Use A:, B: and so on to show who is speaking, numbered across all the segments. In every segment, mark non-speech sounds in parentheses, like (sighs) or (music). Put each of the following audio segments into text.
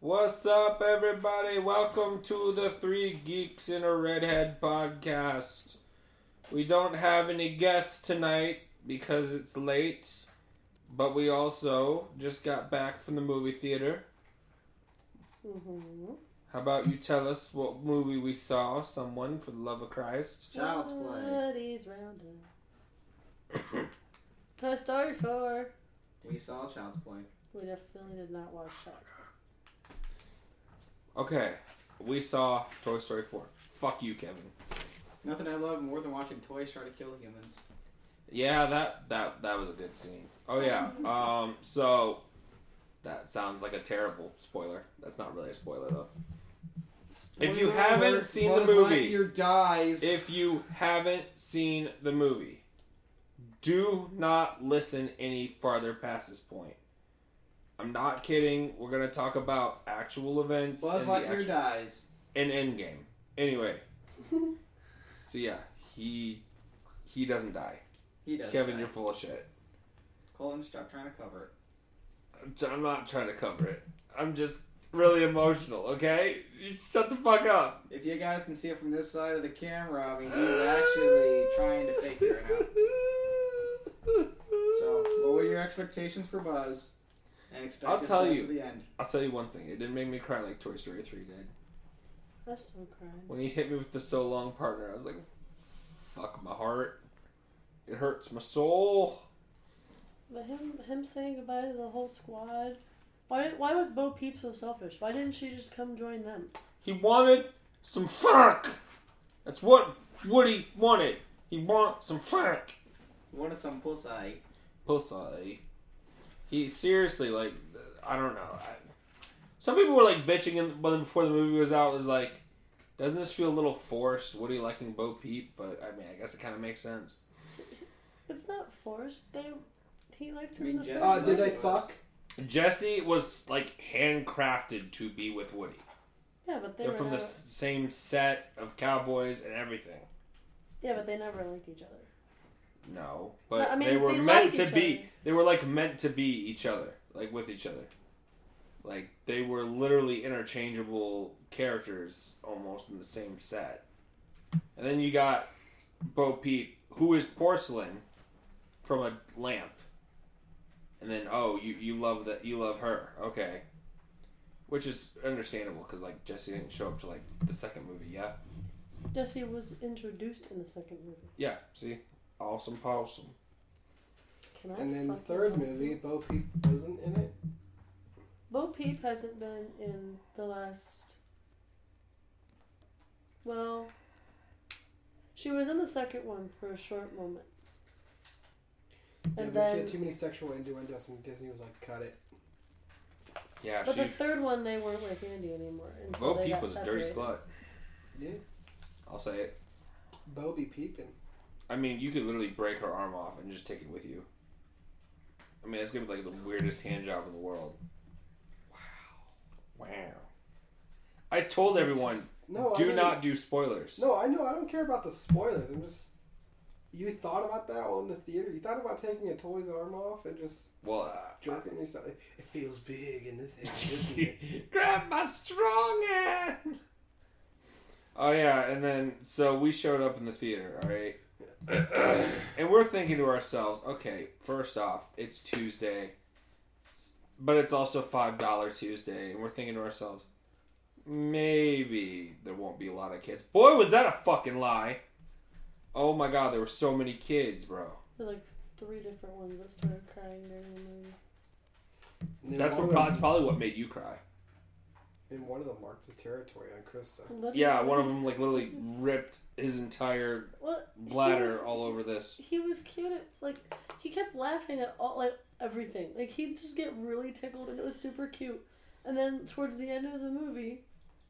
A: What's up, everybody? Welcome to the Three Geeks in a Redhead podcast. We don't have any guests tonight because it's late, but we also just got back from the movie theater.
B: Mm-hmm.
A: How about you tell us what movie we saw, someone, for the love of Christ?
C: Child's Play.
B: round
D: (coughs)
B: up. Toy Story 4.
C: We saw Child's Play.
B: We definitely did not watch Shot.
A: Okay, we saw Toy Story 4. Fuck you, Kevin.
C: Nothing I love more than watching toys try to kill humans.
A: Yeah, that that that was a good scene. Oh yeah. Um. So that sounds like a terrible spoiler. That's not really a spoiler though. If you
C: Spoiler
A: haven't
C: alert,
A: seen
C: Buzz
A: the movie-
C: Lightyear dies.
A: If you haven't seen the movie, do not listen any farther past this point. I'm not kidding. We're gonna talk about actual events
C: Buzz
A: and, the
C: Lightyear
A: actual,
C: dies.
A: and Endgame.
C: (laughs)
A: Anyway, so yeah, he he doesn't die.
C: He does.
A: Kevin,
C: die.
A: you're full of shit.
C: Colton, stop trying to cover it.
A: I'm not trying to cover it. I'm just really emotional, okay? You shut the fuck up.
C: If you guys can see it from this side of the camera, I mean, he's actually trying to fake it right now.
A: (laughs)
C: So lower your expectations for Buzz, and expect
A: I'll
C: us
A: tell
C: to
A: you.
C: the end.
A: I'll tell you one thing. It didn't make me cry like Toy Story 3 did.
B: I still crying.
A: When he hit me with the so long partner, I was like, fuck my heart. It hurts my soul.
B: But him, him saying goodbye to the whole squad. Why, why was Bo Peep so selfish? Why didn't she just come join them?
A: He wanted some fuck. That's what Woody wanted. He want some fuck.
C: Wanted some pussy.
A: pussy. He seriously like I don't know. I, some people were like bitching in, when before the movie was out was like, doesn't this feel a little forced? Woody liking Bo Peep, but I mean I guess it kind of makes sense.
B: It's not forced. They he liked
C: I
B: him
C: mean,
B: in the
C: Jess-
B: first
C: Uh, did
B: place.
C: I fuck?
A: Jesse was like handcrafted to be with Woody.
B: Yeah, but they
A: They're
B: were
A: from the
B: never,
A: s- same set of cowboys and everything.
B: Yeah, but they never liked each other.
A: No, but
B: I mean,
A: they were
B: they
A: meant
B: like
A: to
B: each
A: be.
B: other.
A: They were like meant to be each other, like with each other. Like they were literally interchangeable characters almost in the same set. And then you got Bo Peep, who is porcelain from a lamp. And then oh, you you love that you love her, okay? Which is understandable because like Jesse didn't show up to like the second movie, yeah,
B: Jesse was introduced in the second movie.
A: yeah. See, awesome, awesome.
B: Can I
D: And then the
B: fucking-
D: third movie, Bo Peep wasn't in it.
B: Bo Peep hasn't been in the last. Well, she was in the second one for a short moment,
D: Yeah,
B: and
D: but she
B: then.
D: had too many sexual innuendos, and Disney was like, "Cut it."
A: Yeah,
B: But
A: she
B: the third one, they weren't with Andy anymore. And so
A: Bo
B: they
A: Peep
B: got
A: was a dirty
B: separated.
A: slut.
D: Yeah,
A: I'll say it.
D: Bo be peeping.
A: I mean, you could literally break her arm off and just take it with you. I mean, it's gonna be like the weirdest hand job in the world. Wow, wow. I told everyone,
B: Oh,
D: No, I
A: do
D: mean-
A: not do spoilers.
D: No, I know. I don't care about the spoilers. I'm just. You thought about that while in the theater. You thought about taking a toy's arm off and just
A: Well, uh,
D: jerking yourself. It feels big in this hand, doesn't
A: (laughs)
D: it?
A: grab my strong hand. Oh yeah, and then so we showed up in the theater, all right, (clears throat) and we're thinking to ourselves, okay, first off, it's Tuesday, but it's also five dollar Tuesday, and we're thinking to ourselves, maybe there won't be a lot of kids. Boy, was that a fucking lie! Oh my god, there were so many kids, bro.
B: There were like three different ones that started crying during the movie.
D: And then
A: That's
D: one
A: what.
D: of them-
A: That's probably what made you cry.
D: And one of them marked his territory on Krista.
B: Literally.
A: Yeah, one of them like literally ripped his entire
B: Well, he
A: bladder
B: was-
A: all over this.
B: He was cute at like he kept laughing at all like everything. Like he'd just get really tickled and it was super cute. And then towards the end of the movie,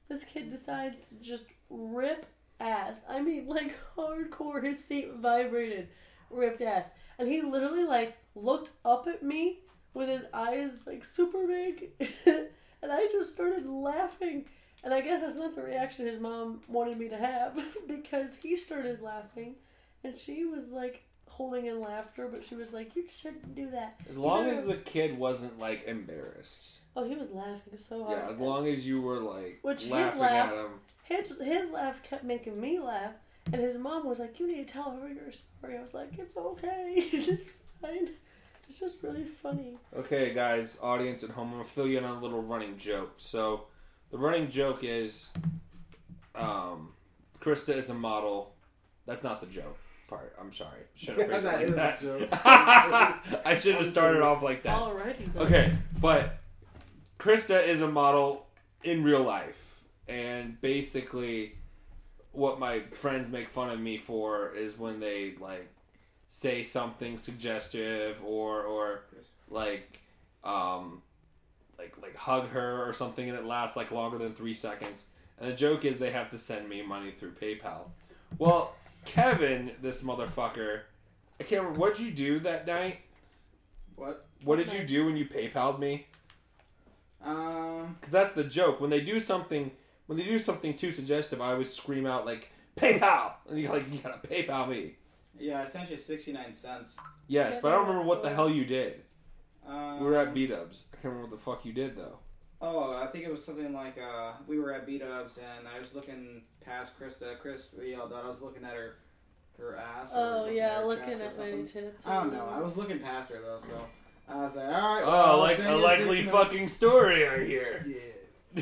B: this kid decides to just rip ass. I mean like hardcore his seat vibrated, ripped ass. And he literally like looked up at me with his eyes like super big (laughs) and I just started laughing. And I guess that's not the reaction his mom wanted me to have (laughs) because he started laughing and she was like holding in laughter, but she was like, You shouldn't do that.
A: As long
B: You know-
A: as the kid wasn't like embarrassed.
B: Oh, he was laughing so hard.
A: Yeah, as long as you were like
B: Which his
A: laughing
B: laugh-
A: at him.
B: his, his laugh kept making me laugh, and his mom was like, "You need to tell her your story." I was like, "It's okay, (laughs) it's fine. It's just really funny."
A: Okay, guys, audience at home, I'm gonna fill you in on a little running joke. So, the running joke is, um, Krista is a model. That's not the joke part. I'm sorry. Should have phrased it
D: That
A: like
D: is a
A: (laughs) that.
D: joke.
A: (laughs) I should have started off like that.
B: Alrighty. Then.
A: Okay, but Krista is a model in real life, and basically, what my friends make fun of me for is when they like say something suggestive or or like um like like hug her or something, and it lasts like longer than three seconds. And the joke is they have to send me money through PayPal. Well, Kevin, this motherfucker, I can't remember what did you do that night.
C: What?
A: What did you do when you PayPal'd me?
C: Um,
A: Because that's the joke. When they do something, when they do something too suggestive, I always scream out like PayPal, and you're like, you gotta PayPal me.
C: yeah, I sent you 69 cents.
A: Yes,
B: Yeah,
A: but I don't
B: they
A: remember what the
B: were-
A: hell you did.
C: Um,
A: We were at B Dubs. I can't remember what the fuck you did though.
C: Oh, I think it was something like uh, we were at B Dubs and I was looking past Krista. Chris yelled out, I was looking at her her ass. or
B: Oh
C: looking
B: yeah,
C: her
B: looking
C: chest or
B: at my
C: something.
B: tits.
C: I don't know. I was looking past her though, so I was like, all right. well,
A: Oh,
C: I'll
A: like
C: send
A: a
C: you
A: likely
C: 69
A: fucking story I hear.
D: Yeah.
C: (laughs) I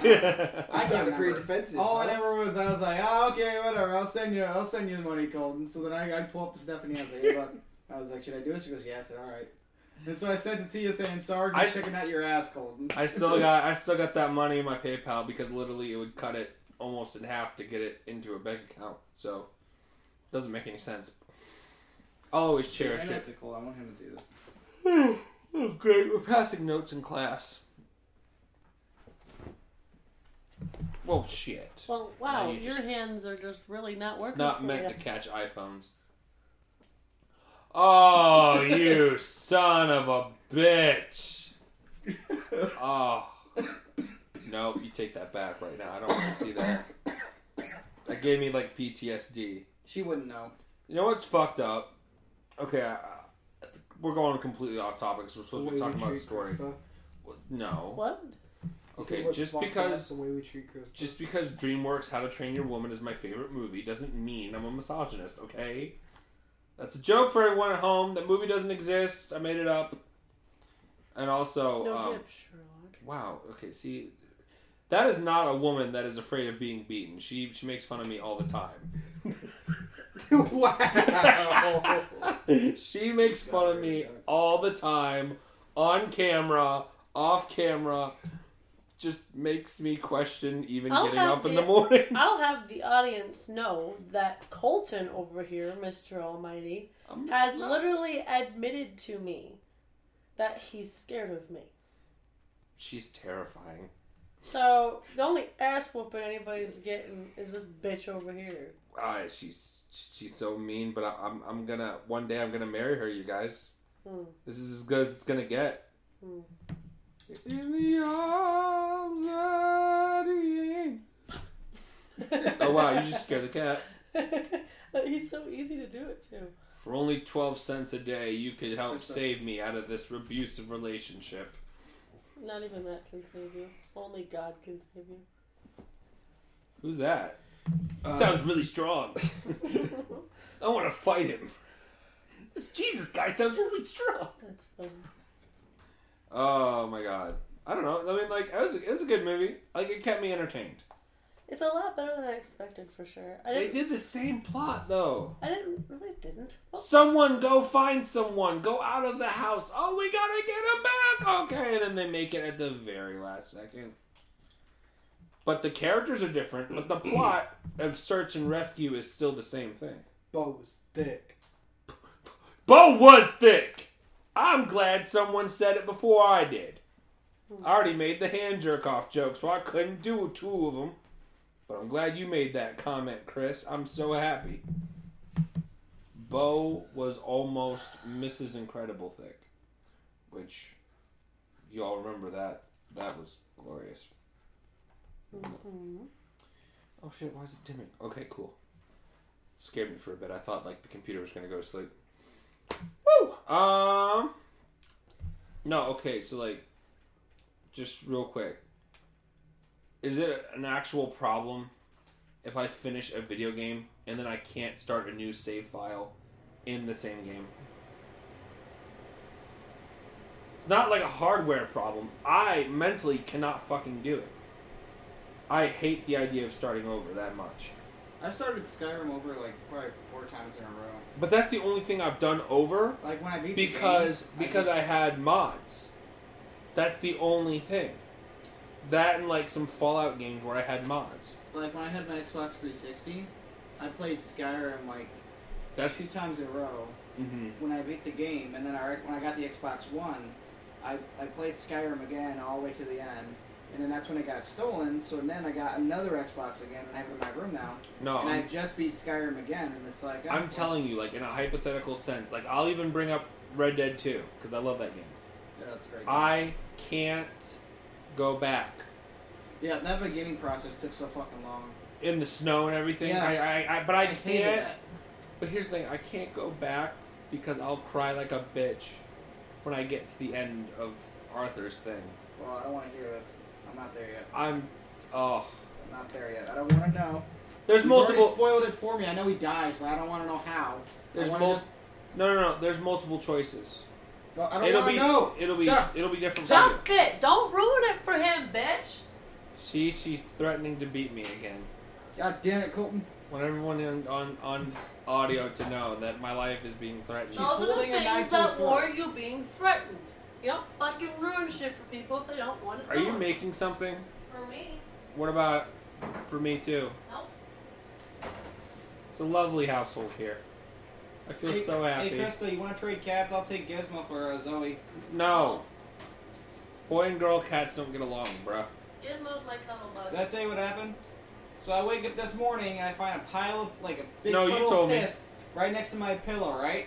D: I
C: can't
D: sounded pretty
C: remember.
D: defensive.
C: All
D: huh?
C: I never was, I was like, oh, okay, whatever. I'll send you, I'll send you the money, Colton. So then I, I pull up to Stephanie. I was like, hey, look. I was like, should I do it? She goes, yeah. I said, all right. And so I sent it to you saying, sorry for
A: I-
C: checking out your ass, Colton.
A: I still
C: (laughs)
A: got I still got that money in my PayPal because literally it would cut it almost in half to get it into a bank account. So doesn't make any sense. I'll always cherish
C: Yeah, I know
A: it.
C: it's a Cole. I want him to see this.
A: (sighs) oh, great. We're passing notes in class. Well, shit.
B: Well,
A: wow,
B: wow,
A: No, you
B: your
A: your just-
B: hands are just really not working.
A: It's not meant to catch iPhones. Oh, you son of a bitch. Oh. Nope, you take that back right now. I don't want to see that. That gave me like PTSD.
C: She wouldn't know.
A: You know what's fucked up? Okay, I, I- we're going completely off topic because we're
D: The
A: supposed to
D: way
A: be talking
D: we
A: about
D: treat
A: story.
D: Krista.
A: No.
B: What?
D: You see
A: Okay,
D: what's
A: just
D: fucked up?
A: because
D: the way we treat Krista.
A: just because DreamWorks How to Train Your Woman is my favorite movie doesn't mean I'm a misogynist, okay? That's a joke for everyone at home. That movie doesn't exist. I made it up. And also,
B: No
A: um,
B: dip, Sherlock.
A: wow. Okay, see, that is not a woman that is afraid of being beaten. She she makes fun of me all the time.
D: (laughs)
A: (laughs)
D: wow.
A: she makes fun of me all the time, on camera, off camera. Just makes me question even
B: I'll
A: getting
B: have
A: up in the
B: the- (laughs)
A: morning.
B: I'll have the audience know that Colton over here, Mr. Almighty,
A: I'm
B: has
A: not-
B: literally admitted to me that he's scared of me.
A: She's terrifying.
B: So the only ass whooping anybody's getting is this bitch over here.
A: Ah, she's she's so mean, but I, I'm I'm gonna one day I'm gonna marry her, you guys.
B: Hmm.
A: This is as good as it's gonna get.
B: Hmm.
A: In the arms of the angel. Oh wow, you just scared the cat.
B: (laughs) he's so easy to do it to.
A: For only twelve cents a day, you could help
C: That's a-
A: save me out of this abusive relationship.
B: Not even that can save you. Only God can save you.
A: Who's that?
D: Uh,
A: Sounds really strong.
B: (laughs)
A: I want to fight him. This Jesus guy sounds really strong.
B: That's funny.
A: Oh my god. I don't know. I mean, like, it was, it was a good movie. Like, it kept me entertained.
B: It's a lot better than I expected for sure. I
A: They
B: didn't.
A: did the same plot, though.
B: I didn't. no, They didn't. Well,
A: Someone go find someone. Go out of the house. Oh, we gotta get him back. Okay, and then they make it at the very last second. But the characters are different, but the
B: (clears throat)
A: plot of search and rescue is still the same thing.
D: Bo was thick.
A: Bo was thick. I'm glad someone said it before I did. I already made the hand jerk off joke, so I couldn't do two of them. But I'm glad you made that comment, Chris. I'm so happy. Bo was almost Mrs. Incredible thick, which you all remember that. That was glorious.
B: mhm.
A: Oh shit! Why is it dimming? Okay, cool. Scared me for a bit. I thought like the computer was gonna go to sleep. Woo! Um. No. Okay. So like, just real quick. Is it an actual problem if I finish a video game and then I can't start a new save file in the same game? It's not like a hardware problem. I mentally cannot fucking do it. I hate the idea of starting over that much.
C: I've started Skyrim over like probably four times in a row.
A: But that's the only thing I've done over
C: Like when I beat
A: because
C: the game,
A: because I,
C: just-
A: had mods. That's the only thing. That and like some Fallout games where I had mods.
C: like when I had my Xbox 360, I played Skyrim like
A: That's
C: two times in a row.
A: mm-hmm.
C: when I beat the game, and then I, when I got the Xbox One, I, I played Skyrim again all the way to the end, and then that's when it got stolen. So then I got another Xbox again, and I have it in my room now,
A: no.
C: and I
A: I'm,
C: just beat Skyrim again, and it's like oh,
A: Um, I'm
C: well,
A: telling you, like in a hypothetical sense, like I'll even bring up Red Dead Two because I love that game.
C: Yeah, that's great.
A: I can't go back
C: yeah, that beginning process took so fucking long.
A: in the snow and everything.
C: Yes.
A: I, I, I but I,
C: hated
A: can't.
C: that.
A: But here's the thing: I can't go back because I'll cry like a bitch when I get to the end of Arthur's thing.
C: Well, I don't want to hear this. I'm not there yet.
A: I'm, oh,
C: I'm not there yet. I don't want to know.
A: there's
C: You've already
A: multiple.
C: spoiled it for me. I know he dies, but I don't want to know how.
A: There's
C: I wanna
A: mul-
C: just-
A: No, no, no. There's multiple choices.
C: well, I don't
A: It'll
C: want to
A: be,
C: know.
A: it'll be,
C: Shut up.
A: it'll be different. for you.
B: Stop it! Don't ruin it for him, bitch!
A: She, she's threatening to beat me again.
C: God damn it, Colton.
A: Want everyone in, on on audio to know that my life is being threatened.
C: She's
B: Those are the
C: holding a knife
B: things
C: to his
B: that
C: throat.
B: warrant you being threatened. You don't fucking ruin shit for people if they don't want it.
A: Are you
B: ruined.
A: making something?
B: For me,
A: What about for me too?
B: no.
A: It's a lovely household here. I feel
C: hey,
A: so happy.
C: Hey, Crystal, you want to trade cats? I'll take Gizmo for uh, Zoe.
A: No. Boy and girl cats don't get along, bruh.
B: Gizmo's my cuddle bug.
C: Did I tell you what happened? So I wake up this morning and I find a pile of like a big
A: No, you
C: puddle
A: told
C: of
A: me.
C: piss right next to my pillow, right?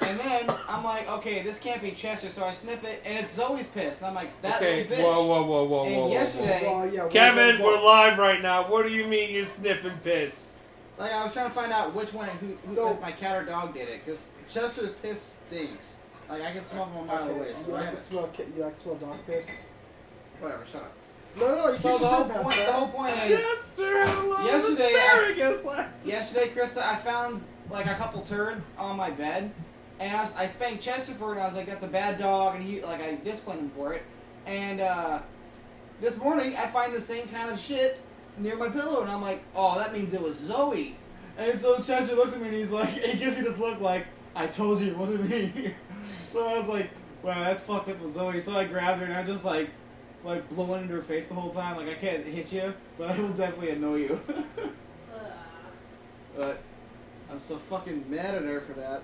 C: and then I'm like, okay, this can't be Chester, so I sniff it and it's Zoe's piss, and I'm like, that
A: okay,
C: little bitch.
A: whoa, whoa, whoa, whoa,
C: And
A: whoa, whoa,
C: yesterday-
A: whoa.
D: Well, Oh, yeah,
A: Kevin,
D: well,
A: we're live right now. What do you mean you're sniffing piss?
C: Like I was trying to find out which one and who, who
D: So-
C: if my cat or dog did it, because Chester's piss stinks. Like I can smell from a mile away.
D: Okay,
C: So
D: you
C: I
D: like to smell? ca- You like to smell dog piss?
C: whatever, shut up.
D: No, no, you
C: So
D: can't
C: the
D: just (laughs)
C: whole
D: sit past
C: point, the whole
D: that.
C: point is.
A: Chester had a lot of
C: Yesterday,
A: asparagus last
C: Yesterday, Krista, I found like a couple turds on my bed, and I, was, I spanked Chester for it. And I was like, "That's a bad dog," and he like I disciplined him for it. And uh, this morning, I find the same kind of shit near my pillow, and I'm like, "Oh, that means it was Zoe." And so Chester looks at me, and he's like, (laughs) he gives me this look like, "I told you it wasn't me." (laughs) so I was like, "Wow, that's fucked up with Zoe." So I grabbed her, and I just like. Like blowing into her face the whole time, like I can't hit you, but I will definitely annoy you. (laughs)
B: Ugh.
C: But I'm so fucking mad at her for that.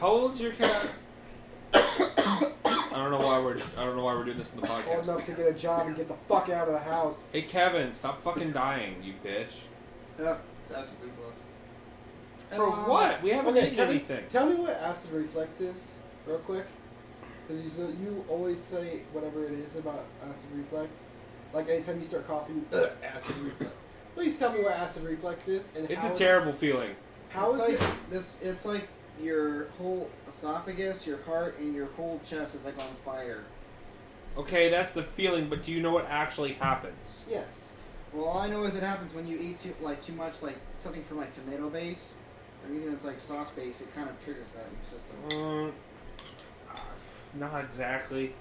A: How old's your cat? (coughs) I don't know why we're I don't know why we're doing this in the
D: Old
A: podcast.
D: enough to get a job and get the fuck out of the house.
A: Hey Kevin, stop fucking dying, you bitch.
C: Yeah, that's a big loss.
A: For
C: Um,
A: what? We haven't
D: Uh, okay,
A: eaten
D: Kevin.
A: anything.
D: Tell me what acid reflux is, real quick, because you s- you always say whatever it is about acid reflux. Like anytime you start coughing, (laughs) "Ugh, acid reflux. Please tell me what acid reflux is and
A: It's
D: how
A: a terrible feeling.
D: How is
C: it's
D: it?
C: like this? It's like your whole esophagus, your heart, and your whole chest is like on fire.
A: Okay, that's the feeling, but do you know what actually happens? (laughs)
D: Yes.
C: Well, all I know is it happens when you eat too like too much like something from like tomato base or anything that's like sauce base. It kind of triggers that in your system.
A: Um, not exactly.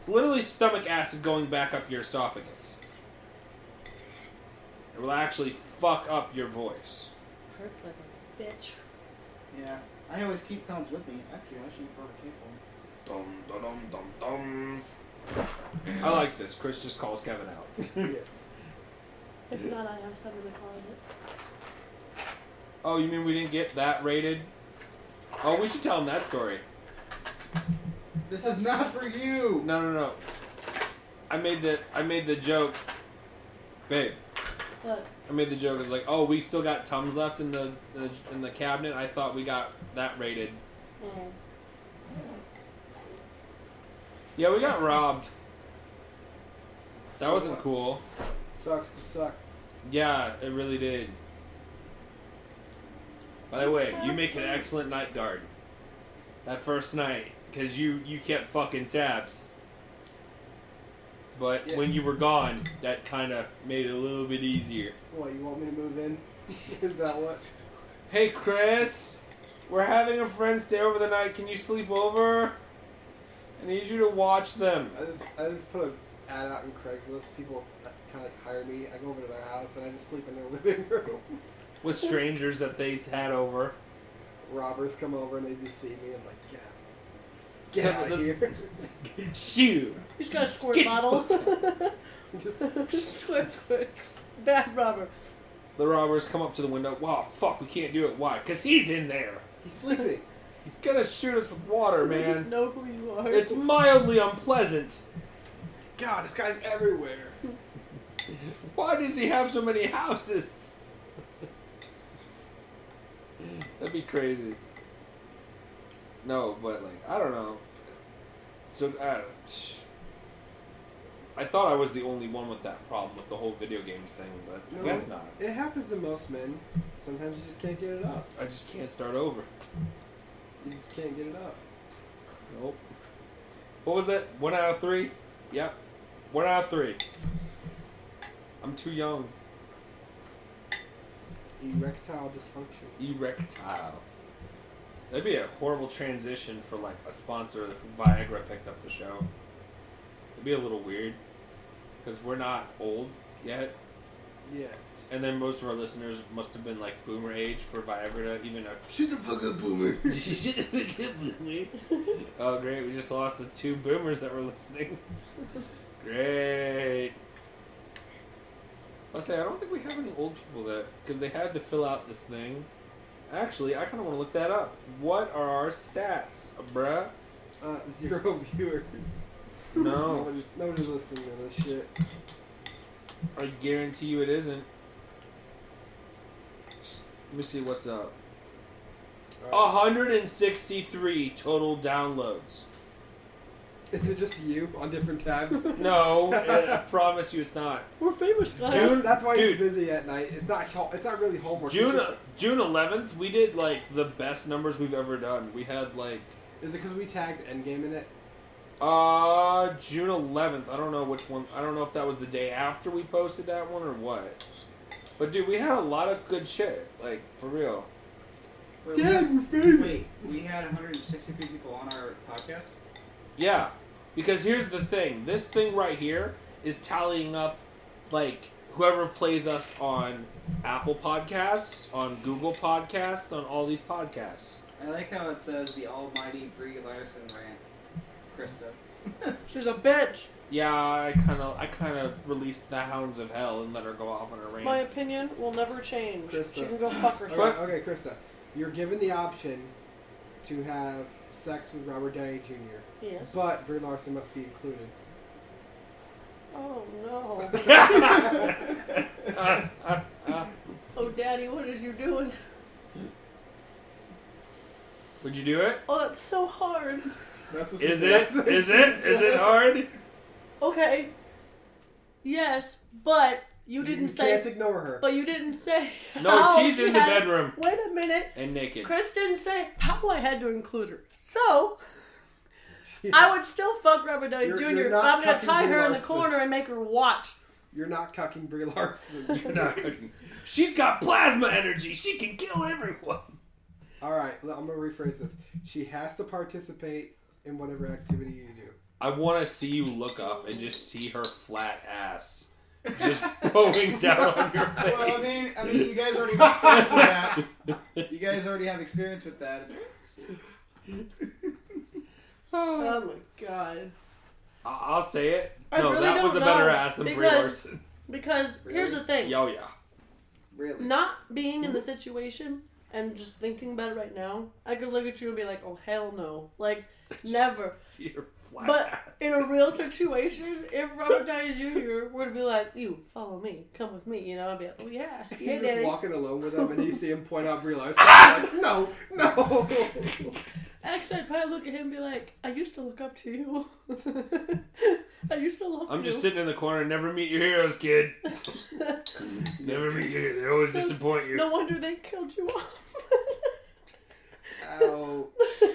A: It's literally stomach acid going back up your esophagus. It will actually fuck up your voice.
B: Hurts like a bitch.
C: Yeah, I always keep tones with me. Actually, I should eat perfect cake one.
A: Dum, dum, dum, dum, dum. I like this. Chris just calls Kevin out.
D: yes.
B: If not, I have some in the closet.
A: Oh, you mean we didn't get that rated? Oh, we should tell him that story.
C: This is not for you.
A: No, no, no. I made the I made the joke, babe.
B: But
A: I made the joke. I was like, "Oh, we still got tums left in the in the, in the cabinet." I thought we got that rated.
B: well,
A: Yeah, we got robbed. That wasn't cool.
D: Sucks to suck.
A: Yeah, it really did. By the way, you make an excellent night guard. That first night, because you you kept fucking tabs. but
E: Yeah.
A: when you were gone, that kind of made it a little bit easier.
E: What, you want me to
D: (laughs)
E: move in? Is that what?
A: Hey, Chris, we're having a friend stay over the night. Can you sleep over? I need you to watch them.
E: I just, I just put an ad out in Craigslist. People kind of hire me. I go over to their house and I just sleep in their (laughs) living room.
A: With strangers that they had over.
E: Robbers come over and they just see me and like, get out. Get out of
A: The-
E: here.
A: Shoot!
B: He's got a squirt
A: Get
B: bottle.
E: (laughs)
B: (laughs)
E: Just-
B: squirt, squirt. Bad robber.
A: The robbers come up to the window. Wow, fuck, we can't do it. Why? Because he's in there.
E: He's sleeping.
A: He's gonna shoot us with water,
B: They just
A: man.
B: know who you are.
A: It's mildly unpleasant.
E: God, this guy's everywhere.
A: Why does he have so many houses? (laughs) That'd be crazy. No, but like I don't know. So I, don't- I thought I was the only one with that problem with the whole video games thing, but
E: No.
A: that's not.
E: It happens to most men. Sometimes you just can't get it up.
A: I just can't start over.
E: You just can't get it up.
A: Nope. What was that? One out of three. Yep. One out of three. I'm too young.
E: Erectile dysfunction.
A: Erectile. That'd be a horrible transition for like a sponsor if Viagra picked up the show. It'd be a little weird because we're not old yet,
E: Yeah.
A: and then most of our listeners must have been like boomer age for Viagra to
E: (laughs)
A: even. A-
E: Shoot the fuck up, boomer.
A: (laughs) oh great! We just lost the two boomers that were listening. (laughs) Great. I'll say I don't think we have any old people that because they had to fill out this thing. Actually, I kind of want to look that up. What are our stats, bruh?
E: Uh, (laughs) zero viewers. (laughs)
A: No,
E: Nobody's, nobody's listening to this shit.
A: I guarantee you it isn't. Let me see what's up. Uh-huh.
E: Alright.
A: 163 total downloads.
E: Is it just you on different tabs?
A: No, (laughs) I promise you it's not.
B: We're famous guys.
A: June-
E: That's- that's why
A: dude.
E: he's busy at night. It's not. hel- It's not really homework.
A: June uh,
E: It's just-
A: June 11th, we did like the best numbers we've ever done. We had like
E: is it because we tagged Endgame in it?
A: uh June 11th. I don't know which one. I don't know if that was the day after we posted that one or what. But dude, we had a lot of good shit. Like for real.
C: Wait, we
E: Dad,
C: had,
E: we're famous.
C: wait, we had 163 people on our podcast.
A: Yeah, because here's the thing. This thing right here is tallying up, like whoever plays us on Apple Podcasts, on Google Podcasts, on all these podcasts.
C: I like how it says the Almighty Brie Larson rant, Krista.
B: She's a bitch.
A: Yeah, I kind of, I kind of released the hounds of hell and let her go off on her rant.
B: My opinion will never change.
E: Krista.
B: She can go fuck
E: Okay,
B: herself.
A: What?
E: okay, Krista, you're given the option to have sex with Robert Downey Jr.,
B: Yes.
E: but Brie Larson must be included.
B: Oh
C: (laughs)
B: no. Oh daddy, what is you doing?
A: (laughs) Would you do it?
B: Oh, that's so hard.
E: That's what (laughs) she
A: Is
E: said.
A: it? Is it? Oh. Is it hard?
B: Okay. Yes, but you didn't
E: you
B: say.
E: Can't ignore her.
B: But you didn't say.
A: No,
B: how
A: she's
B: she
A: in the
B: had-
A: bedroom
B: Wait a minute.
A: and naked.
B: Chris didn't say how I had to include her.
A: (laughs)
B: So
E: She-
B: I would still fuck Robert Downey
E: You're-
B: Jr.
E: you're
B: but
E: not
B: I'm gonna
E: cucking
B: tie her in the
E: Larson.
B: corner and make her watch.
E: You're not cucking Brie Larson. (laughs)
A: You're not cooking. (laughs) She's got plasma energy. She can kill everyone.
E: All right, l- I'm gonna rephrase this. She has to participate in whatever activity you do.
A: I want to see you look up and just see her flat ass just bowing down on your face.
C: Well, I mean, I mean, you guys already have experience with that. You guys already have experience with that.
B: Oh my god.
A: I- I'll say it.
B: I
A: no,
B: really
A: that was a
B: don't
A: better
B: know,
A: ass than Brie
B: because-
A: Larson. (laughs)
B: Because here's the thing.
A: Yo, yeah.
C: Really?
B: Not being
A: Mm-hmm.
B: in the situation and just thinking about it right now, I could look at you and be like, "Oh hell no!"
A: (laughs)
B: Like never.
A: See her flat
B: But
A: ass.
B: in a real situation, if Robert Downey Jr. were to be like, "You follow me, come with me," you know, I'd be like, "Oh yeah, yeah,
E: You're just
B: daddy."
E: walking alone with him, and
B: (laughs)
E: you see him point out Brie Larson. you're like, no, no.
B: Actually, I'd probably look at him and be like, "I used to look up to you. (laughs) I used to love
A: I'm
B: you."
A: just sitting in the corner. Never meet your heroes, kid.
B: (laughs)
A: Never meet your heroes. They always
B: So-
A: disappoint you.
B: No wonder they killed you off.
E: Ow.
B: (laughs)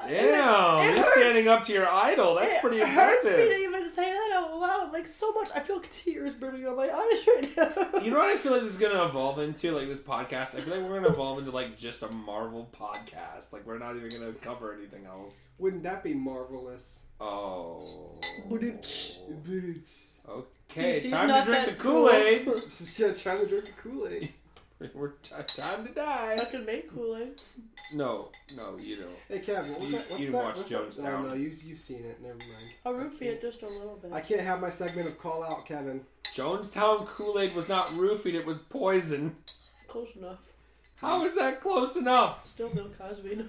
B: I
A: Damn,
B: It
A: you're
B: hurt-
A: standing up to your idol. That's
B: it
A: pretty
B: hurts me to
A: impressive.
B: even say that out loud. Like so much, I feel tears burning on my eyes right now.
A: You know what I feel like this is gonna evolve into, like this podcast? I feel like we're gonna evolve into like just a Marvel podcast. Like we're not even gonna cover anything else.
E: Wouldn't that be marvelous?
A: Oh.
B: Ba-dum-tsh.
A: Okay,
B: DC's
A: time to
B: not
A: drink the
B: that
A: Kool Aid.
E: (laughs) yeah, trying to drink Kool Aid.
A: We're t- time to die.
B: (laughs) I can make Kool Aid.
A: No, no, you don't.
E: Hey Kev, what was
A: You-
E: that? What's
A: you
E: that?
A: watched
E: What's that?
A: Jonestown.
E: Oh, no, you you've seen it. Never mind.
B: I'll roofie it just a little bit.
E: I can't have my segment of call out, Kevin.
A: Jonestown Kool Aid was not roofied, it was poison.
B: Close enough.
A: How is that close enough?
B: Still Bill Cosby.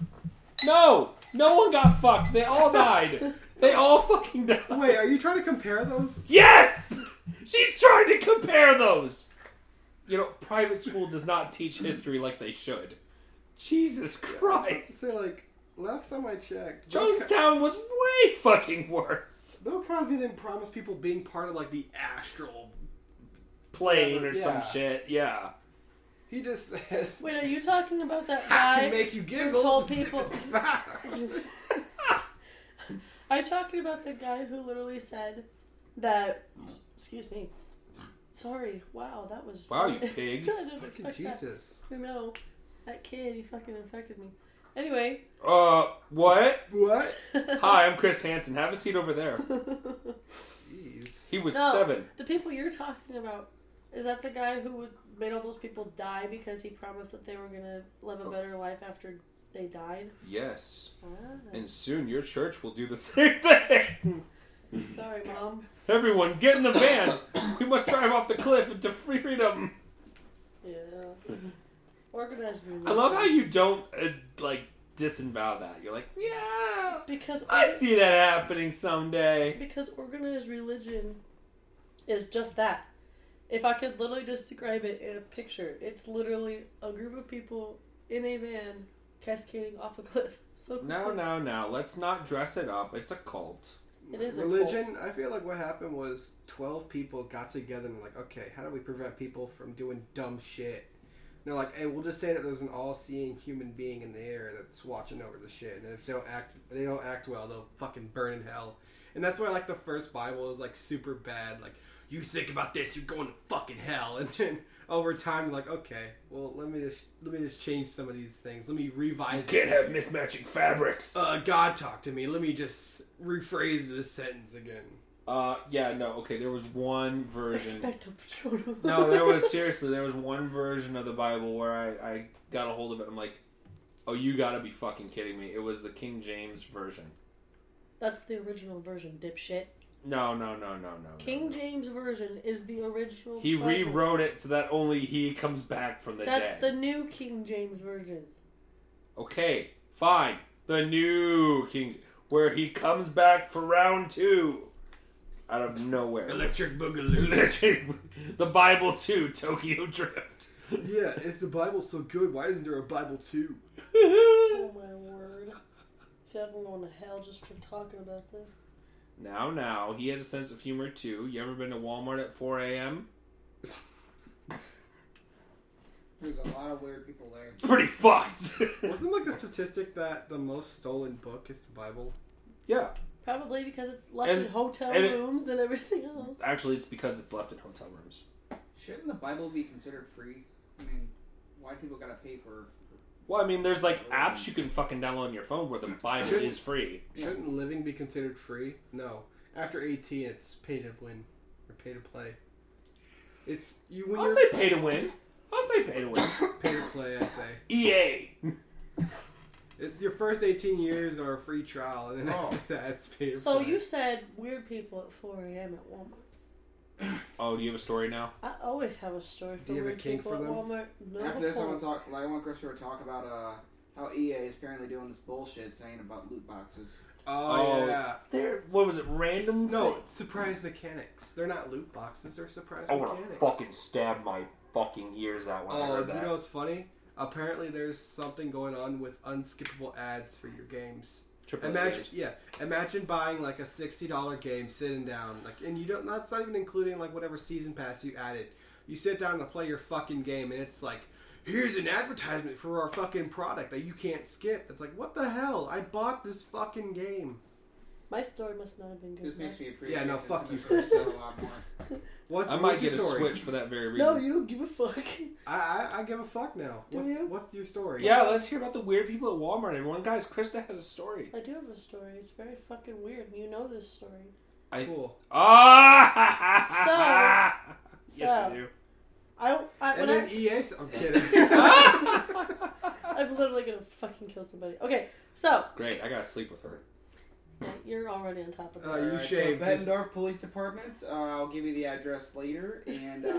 A: No! No one got fucked. They all died. They all fucking died.
E: Wait, are you trying to compare those?
A: Yes! She's trying to compare those! You know, private school does not teach history like they should. Jesus Christ.
E: Say like last time I checked, Bill Co-
A: Jonestown was way fucking worse.
E: Bill Cosby didn't promise people being part of like the astral.
A: Plane or some
E: Yeah.
A: shit, yeah.
E: He just said,
B: Wait, are you talking about that
E: (laughs) "I
B: guy?
E: can make you giggle."
B: told
E: zip
B: people-
E: it (laughs) fast."
B: Are you talking about the guy who literally said that? Excuse me. Sorry. Wow, that was.
A: Wow,
B: (laughs)
A: you pig.
B: I didn't (laughs)
E: Fucking
B: expect that.
E: Jesus.
B: I know. That kid, he fucking infected me. Anyway.
A: Uh, what?
E: What?
B: (laughs)
A: Hi, I'm Chris Hansen. Have a seat over there.
E: Jeez.
A: He was
B: No.
A: seven.
B: The people you're talking about is that the guy who would- made all those people die because he promised that they were gonna live a better life after they died?
A: Yes.
B: Ah,
A: And soon your church will do the (laughs) same thing.
B: sorry,
A: (laughs)
B: mom.
A: Everyone, get in the van. We must drive off the cliff into freedom.
B: Yeah. Organized religion.
A: I love how you don't uh, like disavow that. You're like, yeah,
B: because
A: I see that happening someday.
B: because organized religion is just that. If I could literally just describe it in a picture, it's literally a group of people in a van cascading off a cliff. (laughs) So
A: No, no, no. Let's not dress it up. It's a cult.
B: It is a
E: religion. I feel like what happened was twelve people got together and were like, okay, how do we prevent people from doing dumb shit? And they're like, hey, we'll just say that there's an all-seeing human being in the air that's watching over the shit, and if they don't act, they don't act well, they'll fucking burn in hell. And that's why like the first Bible is like super bad. Like, you think about this, you're going to fucking hell. (laughs) And then over time, like, okay, well, let me just let me just change some of these things. Let me revise. it."
A: have mismatching fabrics.
E: Uh, God talked to me. Let me just rephrase this sentence again.
A: Uh, yeah, no. Okay, there was one version.
B: Expect Patronum.
A: no, there
B: (laughs)
A: was seriously there was one version of the Bible where I, I got a hold of it. I'm like, oh, you gotta be fucking kidding me! It was the King James version.
B: That's the original version, dipshit.
A: No, no, no, no, no.
B: King
A: no.
B: James version is the original.
A: He
B: Bible.
A: rewrote it so that only he comes back from the
B: That's
A: dead.
B: the new King James version.
A: Okay, fine. The new King, where he comes back for round two, out of nowhere.
E: Electric Boogaloo.
A: Literally, the Bible two, Tokyo Drift.
E: (laughs)
A: (laughs)
E: yeah, if the Bible's so good, why isn't there a Bible too?
B: Oh my word! Kevin going to hell just for talking about this.
A: now, now, he has a sense of humor too. You ever been to Walmart at 4 a.m.?
C: There's a lot of weird people there.
A: Pretty fucked. (laughs)
E: Wasn't like a statistic that the most stolen book is the Bible?
A: yeah,
B: Probably because it's left
A: And-
B: in hotel
A: and it-
B: rooms and everything else.
A: actually, it's because it's left in hotel rooms.
C: Shouldn't the Bible be considered free? I mean, why do people gotta pay for?
A: Well, I mean, there's like apps you can fucking download on your phone where the Bible
E: Shouldn't-
A: is free.
E: Shouldn't living be considered free? No. After 18, it's pay to win or pay to play. It's you when
A: I'll
E: you're
A: say pay to win. I'll say pay to
E: (laughs)
A: win. E
E: pay to play. I say
A: EA.
E: it, your first 18 years are a free trial, and then
A: Oh.
E: after that, it's pay to
B: So
E: play.
B: you said weird people at 4 a.m. at Walmart.
A: Oh, do you have a story now?
B: I always have a story for
E: Do you have a
B: weird
E: kink
B: people at
E: for them?
B: Walmart. No,
C: After this, I want
B: point.
C: to talk. Like, I want Chris to talk about uh, how EA is apparently doing this bullshit saying about loot boxes.
E: oh
A: Oh.
E: yeah.
A: There, what was it? Random?
E: No, surprise mechanics. They're not loot boxes. They're surprise
A: I want to
E: mechanics.
A: fucking stab my fucking ears out when I
E: Oh,
A: heard
E: you
A: that.
E: know what's funny? Apparently, there's something going on with unskippable ads for your games.
A: Triple A
E: Imagine,
A: games.
E: yeah, imagine buying like a sixty dollar game, sitting down, like, and you don't. That's not even including like whatever season pass you added. You sit down to play your fucking game, and it's like
D: here's an advertisement for our fucking product that you can't skip. It's like, what the hell? I bought this fucking game.
B: My story must not have been good.
C: This
B: enough.
C: makes me appreciate.
D: Yeah, no,
C: this
D: fuck you,
C: episode
D: Kristen.
C: a lot more.
D: What's,
A: I might
D: what's
A: get
D: your story?
A: a Switch for that very reason.
B: no, you don't give a fuck. (laughs)
D: I, I I give a fuck now.
B: Do
D: what's
B: you?
D: what's your story?
A: yeah, let's hear about the weird people at Walmart. Everyone, guys, Krista has a story.
B: I do have a story. It's very fucking weird. You know this story.
D: Cool.
A: (laughs) (laughs) Ah! yes,
B: So-
A: (laughs) you
B: I don't. I,
D: And
B: when
D: then
B: I,
D: EA. s- I'm kidding.
A: (laughs)
B: I'm literally gonna fucking kill somebody. Okay, so
A: do. Great, I gotta sleep with her.
B: you're already on top of it.
D: (laughs) Uh, you
C: Alright, so
D: shaved. Just-
C: Bettendorf Police Department. Uh, I'll give you the address later, and uh,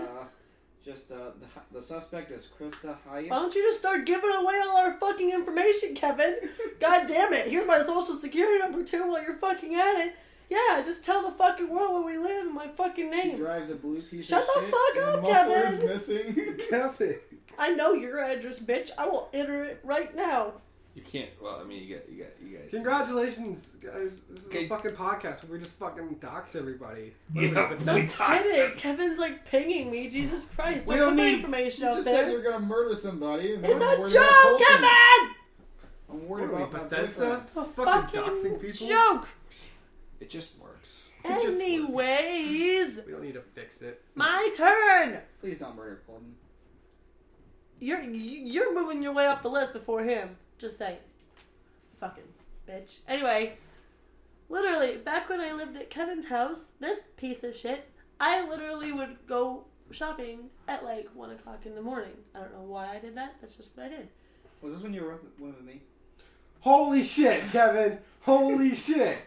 C: just uh, the, hu- the suspect is Krista Hyatt.
B: Why don't you just start giving away all our fucking information, Kevin? God damn it. Here's my social security number too while you're fucking at it. Yeah, just tell the fucking world where we live and my fucking
C: She
B: name.
C: drives a blue piece
B: Shut
C: of
B: the
C: shit.
B: fuck
C: and
B: up,
C: the muffler
B: Kevin.
C: is missing. (laughs)
D: Kevin.
B: I know your address, bitch. I will enter it right now.
A: You can't. Well, I mean, you get, you get, you guys.
D: Congratulations, guys. This is
A: Okay.
D: a fucking podcast where we just fucking dox everybody.
A: (laughs) Yeah,
D: Wait,
A: we
D: but
B: Don't
D: that's-
A: talk
B: hit it.
A: just-
B: Kevin's like pinging me. Jesus Christ.
A: We don't
B: Don't, put my
A: need-
B: information
C: You
B: out
C: just said
B: there.
C: you're gonna murder somebody. and
B: It's
C: I'm
B: a joke,
C: worried about Coulson.
B: Kevin!
C: I'm
D: What
C: worried
D: are we,
C: about my
D: Bethesda?
C: boyfriend.
D: Fucking doxing people.
B: joke!
A: It just works.
D: It just works.
B: Anyways,
D: We don't need to fix it.
B: my turn!
C: Please don't murder Colton.
B: You're you're moving your way up the list before him. Just saying. Fucking bitch. Anyway, literally back when I lived at Kevin's house, this piece of shit, I literally would go shopping at like one o'clock in the morning. I don't know why I did that. That's just what I did.
C: Was this when you were with- with me?
D: Holy shit, Kevin. Holy
B: (laughs)
D: shit.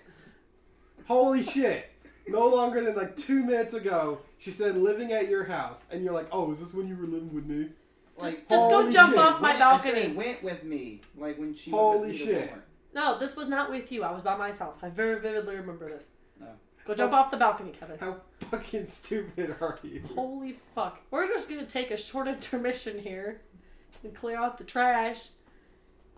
D: Holy shit. No longer than like two minutes ago, she said living at your house, and you're like, oh, is this when you were living with me?
B: Just, just
C: Like,
B: go
D: holy
B: jump
D: shit,
B: off my
C: went- I said
B: balcony.
C: went with me, like when she.
D: Holy
C: went with me to
D: shit.
C: Walmart.
B: No, this was not with you. I was by myself. I very vividly remember this.
C: No.
B: Go jump off the balcony, Kevin.
D: How fucking stupid are you?
B: Holy fuck. We're just gonna take a short (laughs) intermission here and clear out the trash.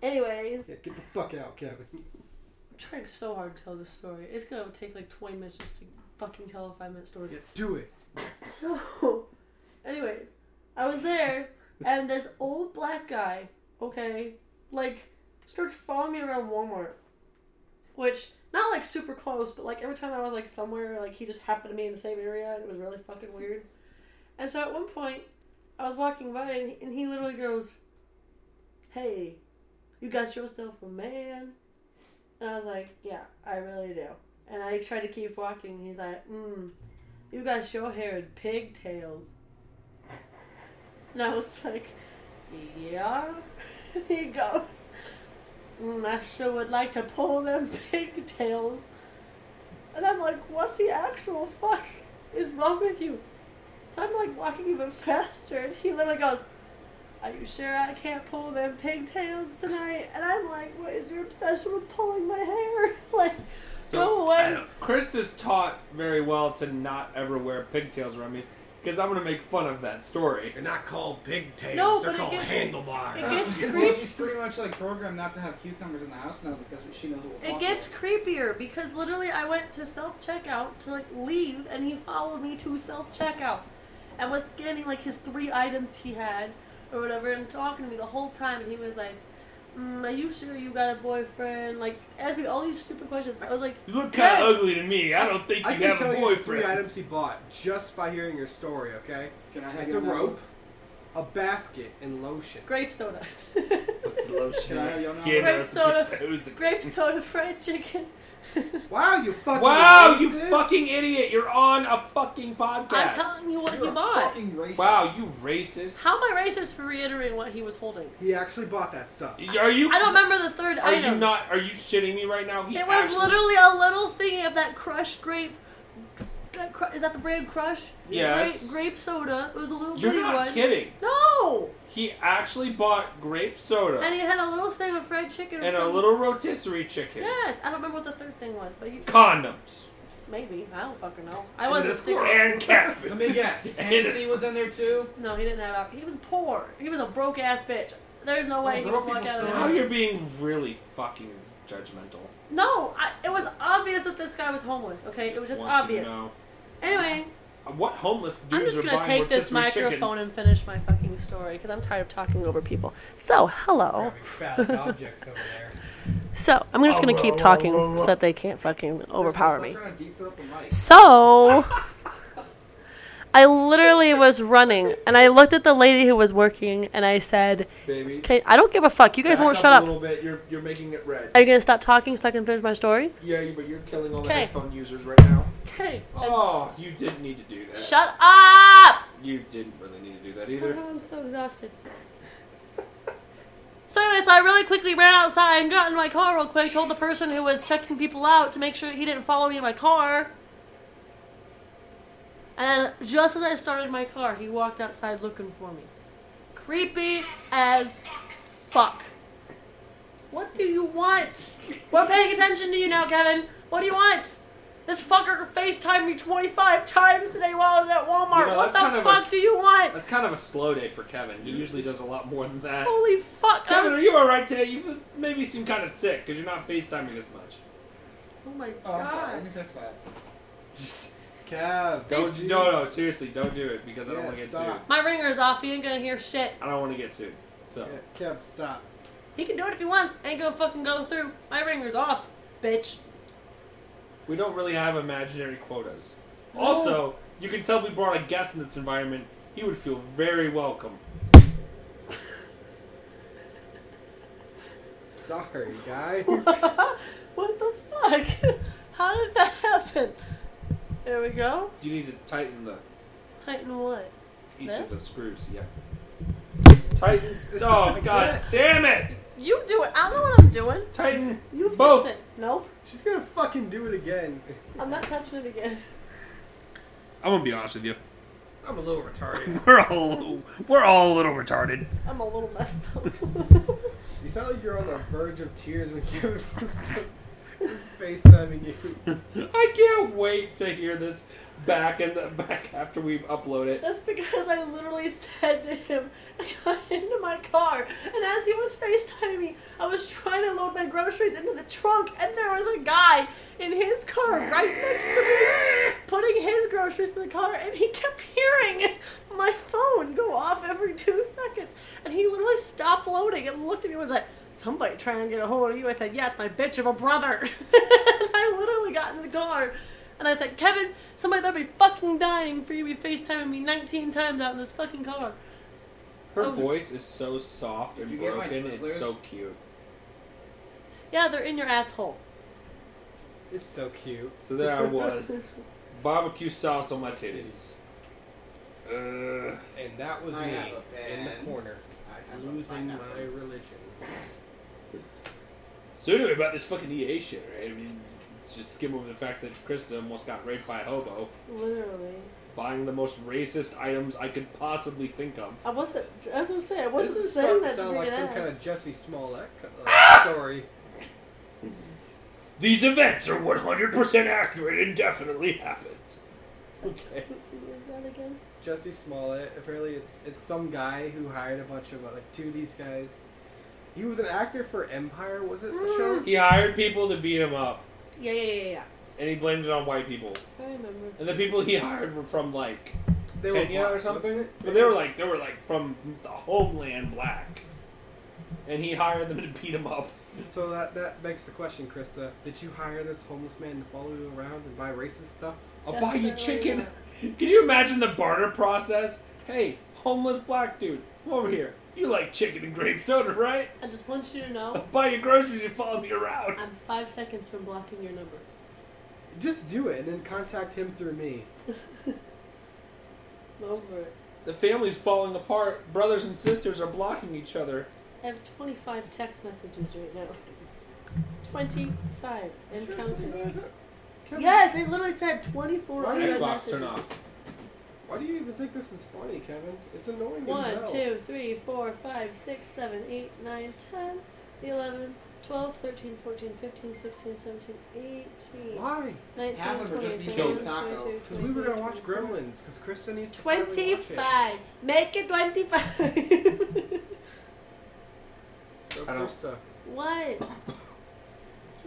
B: Anyways,
D: Yeah, get the fuck out, Kevin.
B: I'm trying so hard to tell this story. It's gonna take like 20 minutes just to fucking tell a five minute story.
D: Yeah, do it.
B: So, (laughs) anyways, I was there and this old black guy, okay, like starts following me around Walmart. Which, not like super close, but like every time I was like somewhere, like he just happened to be in the same area and it was really fucking weird. And so at one point, I was walking by and he, and he literally goes, Hey, you got yourself a man? And I was like, Yeah, I really do. And I tried to keep walking and he's like, Mmm, you got your hair in pigtails. And I was like, yeah. (laughs) he goes, mm, I sure would like to pull them pigtails. And I'm like, what the actual fuck is wrong with you? So I'm like walking even faster, and he literally goes, are you sure I can't pull them pigtails tonight? And I'm like, what is your obsession with pulling my hair? (laughs) like, go away.
A: I don't- Krista's taught very well to not ever wear pigtails around me because I'm gonna make fun of that story.
D: They're not called pigtails.
B: No, They're but it called gets-
D: handlebars.
B: it gets (laughs)
C: (laughs) Well,
B: creepy.
C: she's pretty much like programmed not to have cucumbers in the house now because she knows what. We'll
B: It
C: talk
B: gets
C: about.
B: creepier because literally I went to self checkout to like leave and he followed me to self checkout and was scanning like his three items he had or whatever and talking to me the whole time and he was like, mm, "Are you sure you got a boyfriend?" Like asked me all these stupid questions. I was like,
A: You look kind
B: Yes.
A: of ugly to me. I don't think
D: I
A: you
D: can
A: have
D: tell
A: a
D: you the three
A: boyfriend.
D: items he bought just by hearing your story, okay?
C: Can I have
D: It's a
C: your number?
D: rope, a basket, and lotion.
B: "Grape soda."
A: What's the lotion?
C: Can I have your number?
A: Skin
B: Grape
A: or-
B: soda.
A: Who's the-
B: (laughs) Grape soda fried chicken.
A: (laughs)
D: Wow, you fucking
A: Wow, you
D: racist.
A: fucking idiot! You're on a fucking podcast.
B: I'm telling you what
C: You're
B: he
C: a
B: bought.
C: Fucking racist.
A: wow, you racist.
B: How am I racist for reiterating what he was holding?
D: He actually bought that stuff.
A: Are you?
B: I don't remember the third
A: Are
B: item.
A: you not? Are you shitting me right now? He
B: It was
A: actually-
B: literally a little thing of that crushed grape. That cru- is that the brand Crush?
A: Yes.
B: Grape, grape soda. It was a little
A: You're
B: bitty
A: not
B: one.
A: kidding.
B: No.
A: He actually bought grape soda
B: And he had a little thing of fried chicken
A: and a
B: from-
A: little rotisserie chicken.
B: Yes, I don't remember what the third thing was, but he
A: Condoms.
B: maybe I don't fucking know. I
D: And
B: wasn't.
D: a
B: sticking-
D: squirrel.
A: And cat
C: Let
A: food.
D: (laughs)
C: me guess. Hennessy was in there too.
B: No, he didn't have. Alcohol. He was poor. He was a broke ass bitch. There's no way he
C: broke
B: was walking out of the
C: people's
A: Now
B: house.
A: you're being really fucking judgmental.
B: No, I, it was obvious that this guy was homeless. Okay, it was just
A: want you to
B: obvious.
A: know.
B: Anyway,
A: What homeless dudes
B: I'm just
A: are
B: gonna
A: buying
B: take this
A: rotisserie
B: microphone
A: chickens?
B: and finish my fucking story because I'm tired of talking over people. So, hello.
E: Grabbing phallic objects over there.
B: So, I'm just gonna keep talking so that they can't fucking overpower
C: Stop
B: me.
C: trying to deep throat the mic.
B: So, I literally was running and I looked at the lady who was working and I said,
A: baby.
B: Okay, I don't give a fuck. You guys
A: Back
B: won't
A: up
B: shut
A: a
B: up.
A: little bit. You're you're making it red.
B: Are you gonna stop talking so I can finish my story?
A: Yeah, you- but you're killing all the
B: Okay.
A: headphone users right now.
B: Okay.
A: Oh, you didn't need to do that.
B: Shut up!
A: you didn't really need to do that
B: Oh,
A: either.
B: I'm so exhausted. So anyway, so I really quickly ran outside and got in my car real quick. Told the person who was checking people out to make sure he didn't follow me in my car. And just as I started my car, he walked outside looking for me. Creepy as fuck. What do you want? We're paying attention to you now, Kevin. What do you want? This fucker FaceTimed me 25 times today while I was at Walmart.
A: You know,
B: what the
A: that's kind of a
B: fuck
A: s-
B: do you want?
A: That's kind of a slow day for Kevin. He usually does a lot more than that.
B: Holy fuck! I
A: Kevin,
B: Oh, was-
A: are you all right today? You maybe seem kind of sick because you're not FaceTiming as much.
B: oh my
C: Oh, I'm sorry.
B: god!
C: Let me fix that.
D: Cav.
A: Don't,
D: jeez.
A: no, no, seriously, don't do it because I don't
D: Yeah,
A: want to get
D: stop.
A: sued.
B: My ringer is off. He ain't gonna hear shit.
A: I don't want to get sued. So
D: Yeah, Kev, stop.
B: He can do it if he wants. Ain't gonna fucking go through. My ringer's off, bitch. (laughs)
A: we don't really have imaginary quotas. Also, you can tell we brought a guest in this environment. He would feel very welcome.
D: Sorry, guys.
B: what the fuck? (laughs) How did that happen? There we go.
A: You need to tighten the
B: Tighten what?
A: each of
B: This?
A: the screws. Yeah. Tighten. Oh
C: (laughs)
A: God, damn it!
B: You do it. I don't know what I'm doing.
A: Tighten.
B: You fix
A: Both.
B: it. Nope.
D: She's gonna fucking do it again.
B: I'm not touching it again. (laughs)
A: I'm gonna be honest with you. (laughs)
E: I'm a little retarded.
A: We're all we're all a little retarded.
B: I'm a little messed up. (laughs)
D: You sound like you're on the verge of tears when
E: (laughs)
D: Kevin was was FaceTiming you.
A: I can't wait to hear this back and back after we upload it.
B: That's because I literally said to him, I got into my car, and as he was FaceTiming me, I was trying to load my groceries into the trunk, and there was a guy in his car right next to me putting his groceries in the car, and he kept hearing my phone go off every two seconds. And he literally stopped loading and looked at me and was like, Somebody trying to get a hold of you. I said, Yeah, it's my bitch of a brother. (laughs) and I literally got in the car and I said, Kevin, somebody better be fucking dying for you to be FaceTiming me 19 times out in this fucking car.
A: Her
B: Oh.
A: voice is so soft
C: Did
A: and
C: you get my
A: broken. It's
C: Twizzlers?
A: so cute.
B: Yeah, they're in your asshole.
D: It's so cute.
A: So there I was,
C: (laughs)
A: barbecue sauce on my titties. Uh,
E: and that was
C: I
E: me
C: have a
E: in the
C: pen.
E: corner,
C: I have a
E: losing
C: pineapple.
E: my religion.
A: so anyway, about this fucking EA shit, right? I mean, just skim over the fact that Krista almost got raped by a hobo,
B: Literally.
A: buying the most racist items I could possibly think of.
B: I wasn't, I was gonna say, I
E: This
B: wasn't
E: is
B: saying
E: sound,
B: that to
E: sound
B: be
E: like
B: an
E: some
B: ass.
E: kind of Jesse Smollett uh,
B: (laughs)
E: story.
A: These events are 100% accurate and definitely happened. Okay.
B: Who is that again?
E: Jesse Smollett. Apparently, it's it's some guy who hired a bunch of uh, like two of these guys. He was an actor for Empire, was it? The show.
B: Mm.
A: He hired people to beat him up,
B: Yeah, yeah, yeah, yeah.
A: and he blamed it on white people.
B: I remember.
A: And the people he hired were from like
E: They
A: Kenya
E: black,
A: or something.
E: wasn't
A: But they were like they were like from the homeland black, and he hired them to beat him up.
E: it? So that that begs the question, Krista. Did you hire this homeless man to follow you around and buy racist stuff?
A: I'll buy you
B: Definitely
A: chicken. (laughs) Can you imagine the barter process? Hey, homeless black dude, come over here. You like chicken and grape soda, right?
B: I just want you to
A: I'll
B: know,
A: buy you groceries and follow me around.
B: I'm five seconds from blocking your number.
E: Just do it and then contact him through me.
B: I'm over it.
A: The family's falling apart. Brothers and sisters are blocking each other.
B: I have 25 text messages right now. 25 and counting.
D: Kevin,
B: Yes, it literally said 24
D: Why
B: unread
D: did
A: Xbox,
B: messages.
A: turn off.
D: Why do you even think this is funny, Kevin? It's annoying as
B: One,
D: hell.
B: two, three, four, five, six, seven, eight, nine, 10, 11, 12, 13, 14, 15, 16, 17, 18,
D: Why?
B: 19,
C: Half of it
B: 20,
C: just be
B: 21,
A: killed.
B: 22,
C: Taco.
E: Because we were gonna watch
B: 23,
E: Gremlins. Because Krista needs to finally watch it.
B: 25. Make it 25.
E: So
A: I don't-
E: Krista,
B: (laughs) what?
E: do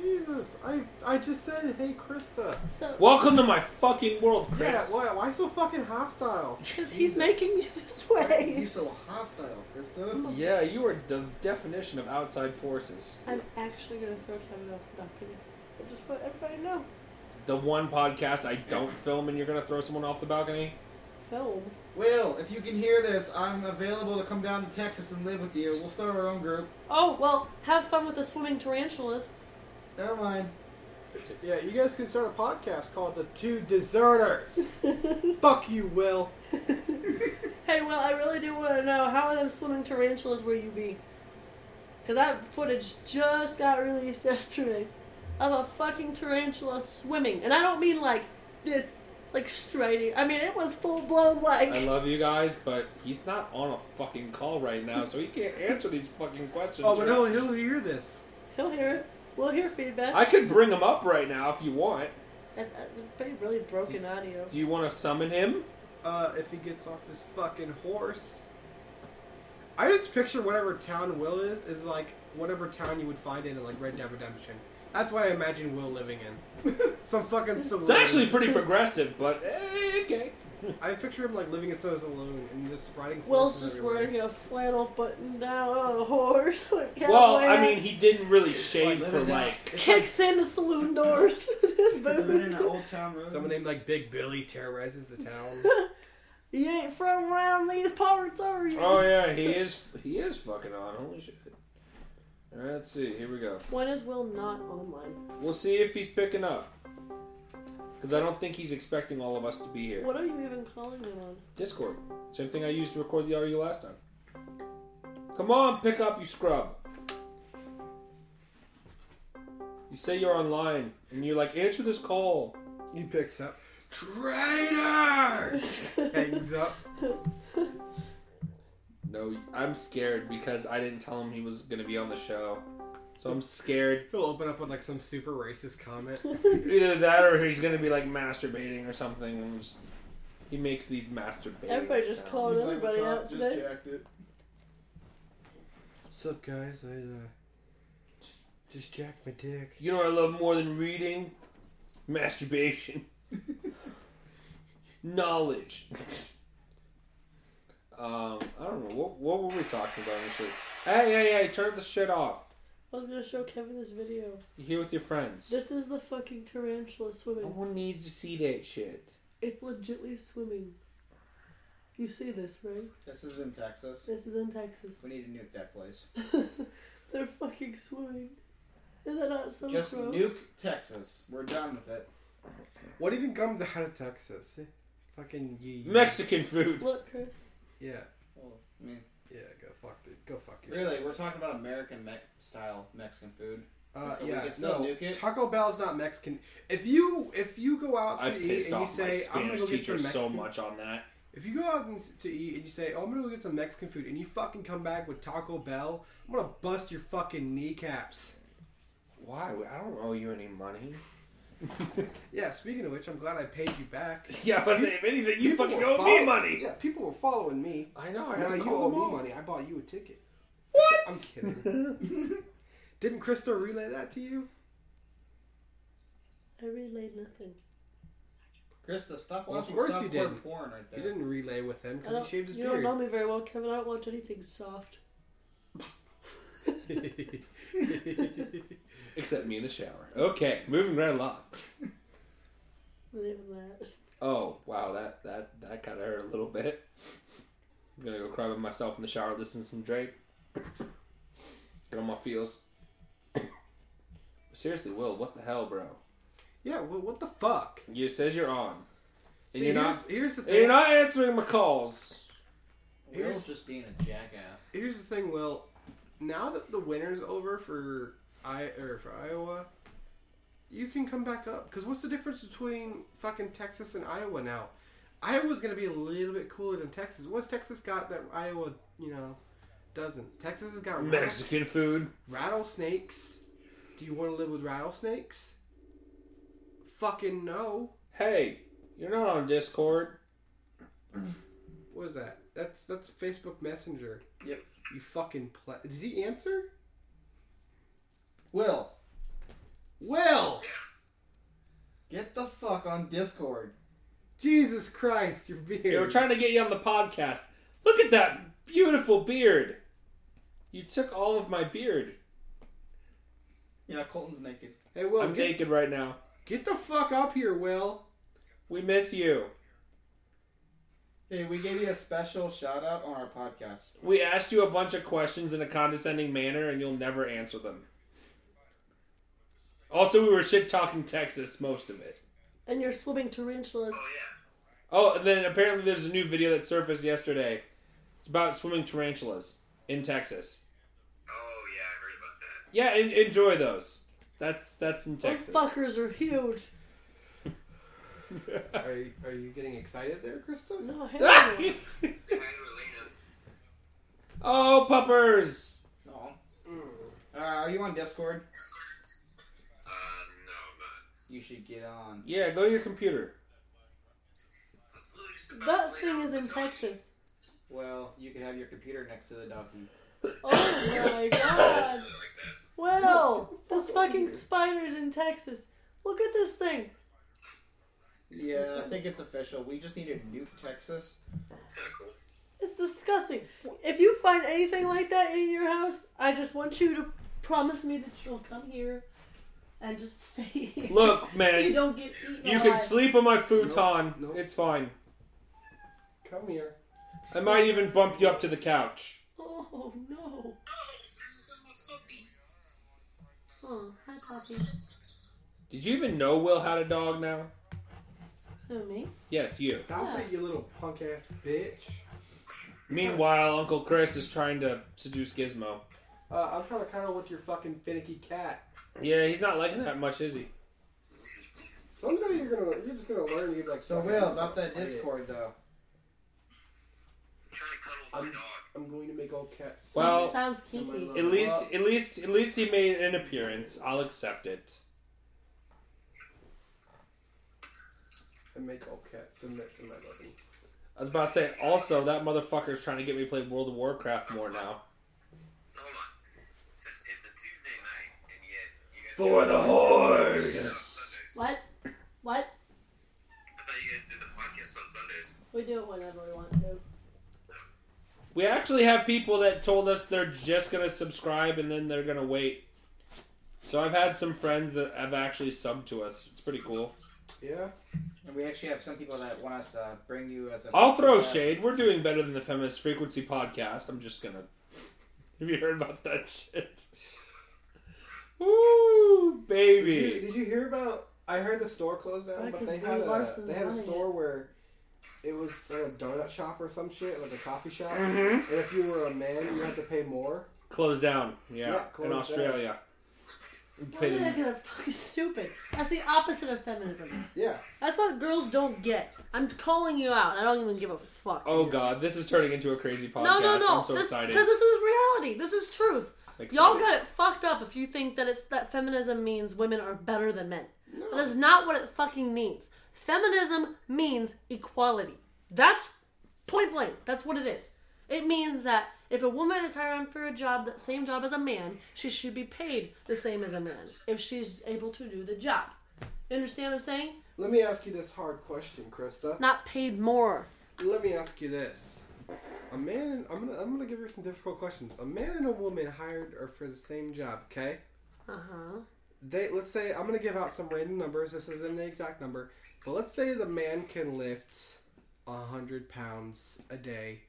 E: Jesus, I I just said, hey, Krista.
B: So,
A: Welcome to my fucking world, Chris.
E: Yeah, why, why so fucking hostile?
B: because
C: Jesus.
B: he's making me this
C: You
B: way.
C: so hostile, Krista.
A: Yeah, you are the definition of outside forces.
B: I'm actually gonna throw Kevin off production. But just let everybody know.
A: The one podcast I don't film, and you're gonna throw someone off the balcony.
B: Film.
C: Will, if you can hear this, I'm available to come down to Texas and live with you. We'll start our own group.
B: Oh well, have fun with the swimming tarantulas.
C: Never mind.
E: Yeah, you guys can start a podcast called The Two
B: (laughs)
E: Deserters. Fuck you, Will.
B: Hey, well, I really do want to know how are them swimming tarantulas where you be? Because that footage just got released (laughs) yesterday of a fucking tarantula swimming. And I don't mean like this, like striding. I mean, it was full blown
A: I
B: like.
A: love you guys, but he's not on a fucking call right now, so he can't answer these fucking questions.
E: Oh, but
A: Chris.
E: he'll, he'll hear this.
B: He'll hear it. We'll hear feedback.
A: I could bring him up right now if you want.
B: That- that's pretty really broken audio.
A: Do you want to summon him?
E: Uh, if he gets off his fucking horse. I just picture whatever town Will is, is like whatever town you would find in, like Red Dead Redemption. That's what I imagine Will living in. (laughs) Some fucking saloon.
A: It's actually pretty progressive, but eh, okay.
E: I picture him like living in some saloon and just riding horses.
B: Will's just
E: everywhere.
B: wearing a flannel button down on a horse. (laughs) like cowboy
A: Well, I
B: hat,
A: mean, he didn't really shave
C: Like,
A: for
C: living in a-
A: like.
C: it's like
B: Kicks in the saloon doors (laughs) with his
C: living in an
B: boot.
C: old town road.
E: Someone named like Big Billy terrorizes the
B: (laughs)
E: town.
B: You ain't from around these parts, are you?
A: Oh yeah, he is. He is fucking on. Holy shit. All right, let's see. Here we go.
B: When is Will not online?
A: We'll see if he's picking up. Because I don't think he's expecting all of us to be here.
B: What are you even calling him on?
A: Discord. Same thing I used to record the audio last time. Come on, pick up, you scrub. You say you're online, and you're like, answer this call.
E: He picks up. Traitor! Hangs up.
A: No, I'm scared because I didn't tell him he was going to be on the show. So I'm scared.
E: He'll open up with like some super racist comment.
A: Either that or he's going to be like masturbating or something. And just, he makes these masturbating
B: Everybody just
A: sounds.
C: Oh,
B: called
D: He's
B: everybody
D: like,
B: out
D: "What's up?
B: today."
D: Just jacked it.
E: What's up, guys? I uh, just jacked my dick.
A: You know what I love more than reading?
E: (laughs)
A: Masturbation. Knowledge. um, I don't know. What, what were we talking about initially? Hey, hey, hey, turn the shit off.
B: (laughs) I was gonna show Kevin this video.
A: You're here with your friends.
B: This is the fucking tarantula
A: No
B: swimming.
A: one needs to see that shit.
B: It's legitly swimming. You see this, right?
C: This is in Texas.
B: This is in Texas. (laughs)
C: We need to nuke that place.
B: They're fucking swimming. Is that not so
C: Just
B: gross?
C: nuke Texas. We're done with it.
E: What even comes out of Texas? Eh, Fucking ye.
A: Mexican food.
B: Look, Chris.
E: Yeah,
C: Well, I mean,
E: yeah. Go fuck it. Go fuck yourself.
C: Oh, really, we're talking about American me- style Mexican food.
E: Uh,
C: So we
E: yeah,
C: can still
E: no.
C: nuke it?
E: Taco Bell's not Mexican. If you if you go out to
A: I
E: eat
A: pissed
E: and you
A: off my
E: say I'm gonna
A: Spanish
E: go get
A: teacher
E: some
A: so
E: Mexican,
A: much on that.
E: if you go out and, s- to eat and you say oh I'm gonna go get some Mexican food and you fucking come back with Taco Bell, I'm gonna bust your fucking kneecaps.
A: Why? I don't owe you any money.
E: Yeah. Speaking of which, I'm glad I paid you back.
A: (laughs) yeah, I was saying, if anything, you
E: People
A: fucking
E: were
A: owe me
E: follow-
A: money.
E: Yeah, people were following me.
A: I know. I
E: now
A: haven't
E: you
A: called
E: owe
A: them
E: me
A: off.
E: money. I bought you a ticket.
A: What?
E: I'm kidding. (laughs) Didn't Crystal relay that to you?
B: I relayed nothing.
C: Krista, stop
E: Well, of
C: watching
E: course
C: softcore
E: you didn't.
C: porn right there.
E: You didn't relay with him
B: I
E: because
B: don't,
E: he shaved his
B: you
E: beard.
B: don't know me very well, Kevin. I don't watch anything soft.
A: Except me in the shower. Okay, moving right along.
B: Not even that.
A: Oh wow, that that that kind of hurt a little bit. I'm gonna go cry by myself in the shower, listen to some Drake, get on my feels. Seriously, Will, what the hell, bro?
E: (laughs) yeah. Well, what the fuck?
A: You it says you're on, and
E: See,
A: you're not,
E: here's, here's the
A: and you're
E: thing.
A: not answering my calls.
C: Will's
E: Here's-
C: just being a jackass.
E: Here's the thing, Will. Now that the winter's over for I or for Iowa, you can come back up. Because what's the difference between fucking Texas and Iowa now? Iowa's gonna be a little bit cooler than Texas. What's Texas got that Iowa, you know, doesn't? Texas has got rattle-
A: Mexican food.
E: rattlesnakes. Do you want to live with rattlesnakes? Fucking no.
A: Hey, you're not on Discord.
E: What is that? That's that's Facebook Messenger.
C: Yep.
E: You fucking pla Did he answer?
C: Will,
E: Will!
C: Get the fuck on Discord.
E: Jesus Christ, your beard.
A: They were trying to get you on the podcast. Look at that beautiful beard. You took all of my beard.
C: Yeah, Colton's naked.
E: hey, Will,
A: I'm
E: get,
A: naked right now.
E: get the fuck up here, Will.
A: We miss you.
C: Hey, we gave you a special shout out on our podcast.
A: We asked you a bunch of questions in a condescending manner, and you'll never answer them. Also, we were shit talking Texas most of it.
B: And you're swimming tarantulas.
A: Oh, and then apparently there's a new video that surfaced yesterday. It's about swimming tarantulas in Texas.
F: Oh yeah, I heard
A: Yeah,
F: about that.
A: en- enjoy those. That's that's in Texas.
B: Those fuckers are huge.
E: Are you, are you getting excited there, Krista?
B: No,
E: (laughs)
B: hell no.
F: It's kind of uh, related.
A: (laughs) oh, puppers!
C: Oh.
E: Mm.
C: Uh, are you on Discord?
F: Uh, no, I'm not.
C: You should get on.
A: Yeah, go to your computer.
F: I was literally just
B: that
F: about to lay
B: thing
F: down
B: is
F: with
B: in
F: the dog.
B: Texas.
C: Well, you could have your computer next to the doggy.
B: Oh my
A: (laughs)
B: god.
F: I really like that.
B: Well, this fucking spider's in Texas. Look at this thing.
C: Yeah, I think it's official. We just need to nuke Texas.
F: Kind of cool.
B: It's disgusting. If you find anything like that in your house, I just want you to promise me that you'll come here and just (laughs) stay here. (laughs)
A: Look,
B: you
A: man,
B: don't get eaten
A: you
B: alive.
A: can sleep on my futon.
E: Nope, nope.
A: It's fine.
E: Come here.
A: I might even bump you up to the couch.
B: Oh no. Oh, hi puppy.
A: Did you even know Will had a dog now?
B: Who me?
A: Yes, you.
E: Stop
B: Yeah.
E: it, you little punk ass bitch.
A: Meanwhile, Uncle Chris is trying to seduce Gizmo.
E: Uh, I'm trying to cuddle with your fucking finicky cat.
A: Yeah, he's not liking that much, is he?
E: Someday you're gonna, you're just gonna learn. You're like,
C: So,
E: "Fuck,
C: Will,
E: I'm
C: about that
E: gonna fight it.
C: Discord though.
F: I'm trying to cuddle with
E: I'm-
F: my dog.
E: I'm going to make all cats.
A: Well,
B: sounds
E: someone
B: kinky.
E: loves-
A: At least, at least, at least he made an appearance. I'll accept it.
E: and make all cats submit to my loving.
A: I was about to say. Also, that motherfucker's trying to get me to play World of Warcraft more now.
F: So, hold on. It's a, it's a Tuesday night, and yet you guys.
E: For the horde!
F: Sundays.
B: What? What?
F: I thought you guys did the podcast on Sundays.
B: We do it whenever we want to.
A: We actually have people that told us they're just gonna subscribe and then they're gonna wait. So I've had some friends that have actually subbed to us. It's pretty cool.
E: Yeah.
C: And we actually have some people that want us to bring you as a.
A: I'll throw shade. We're doing better than the Feminist Frequency podcast. I'm just gonna. (laughs) Have you heard about that shit? Ooh,
E: Did you,
A: baby.
E: did you hear about? I heard the store closed down,
B: Right,
E: but
B: 'cause
E: they
B: Brie
E: had a
B: Larson's
E: they had a
B: running
E: store where it was like a donut shop or some shit, like a coffee shop. And if you were a man, you had to pay more.
A: Closed down. Yeah,
E: Yeah, closed
A: in
E: down.
A: Australia.
B: Why do they think that's fucking stupid? That's the opposite of feminism.
E: Yeah.
B: That's what girls don't get. I'm calling you out. I don't even give a fuck.
A: Oh god, this is turning into a crazy podcast.
B: no, no, no.
A: I'm so
B: this,
A: excited.
B: Because this is reality. This is truth.
A: Excited.
B: Y'all got it fucked up if you think that it's that feminism means women are better than men. That is not what it fucking means. Feminism means equality. That's point blank. That's what it is. It means that if a woman is hired on for a job, that same job as a man, she should be paid the same as a man if she's able to do the job. You understand what I'm saying?
E: Let me ask you this hard question, Krista.
B: Not paid more.
E: Let me ask you this. A man and I'm gonna I'm gonna give you some difficult questions. A man and a woman hired are for the same job, okay?
B: Uh huh.
E: They let's say I'm gonna give out some random numbers, this isn't an exact number, but let's say the man can lift a hundred pounds a day,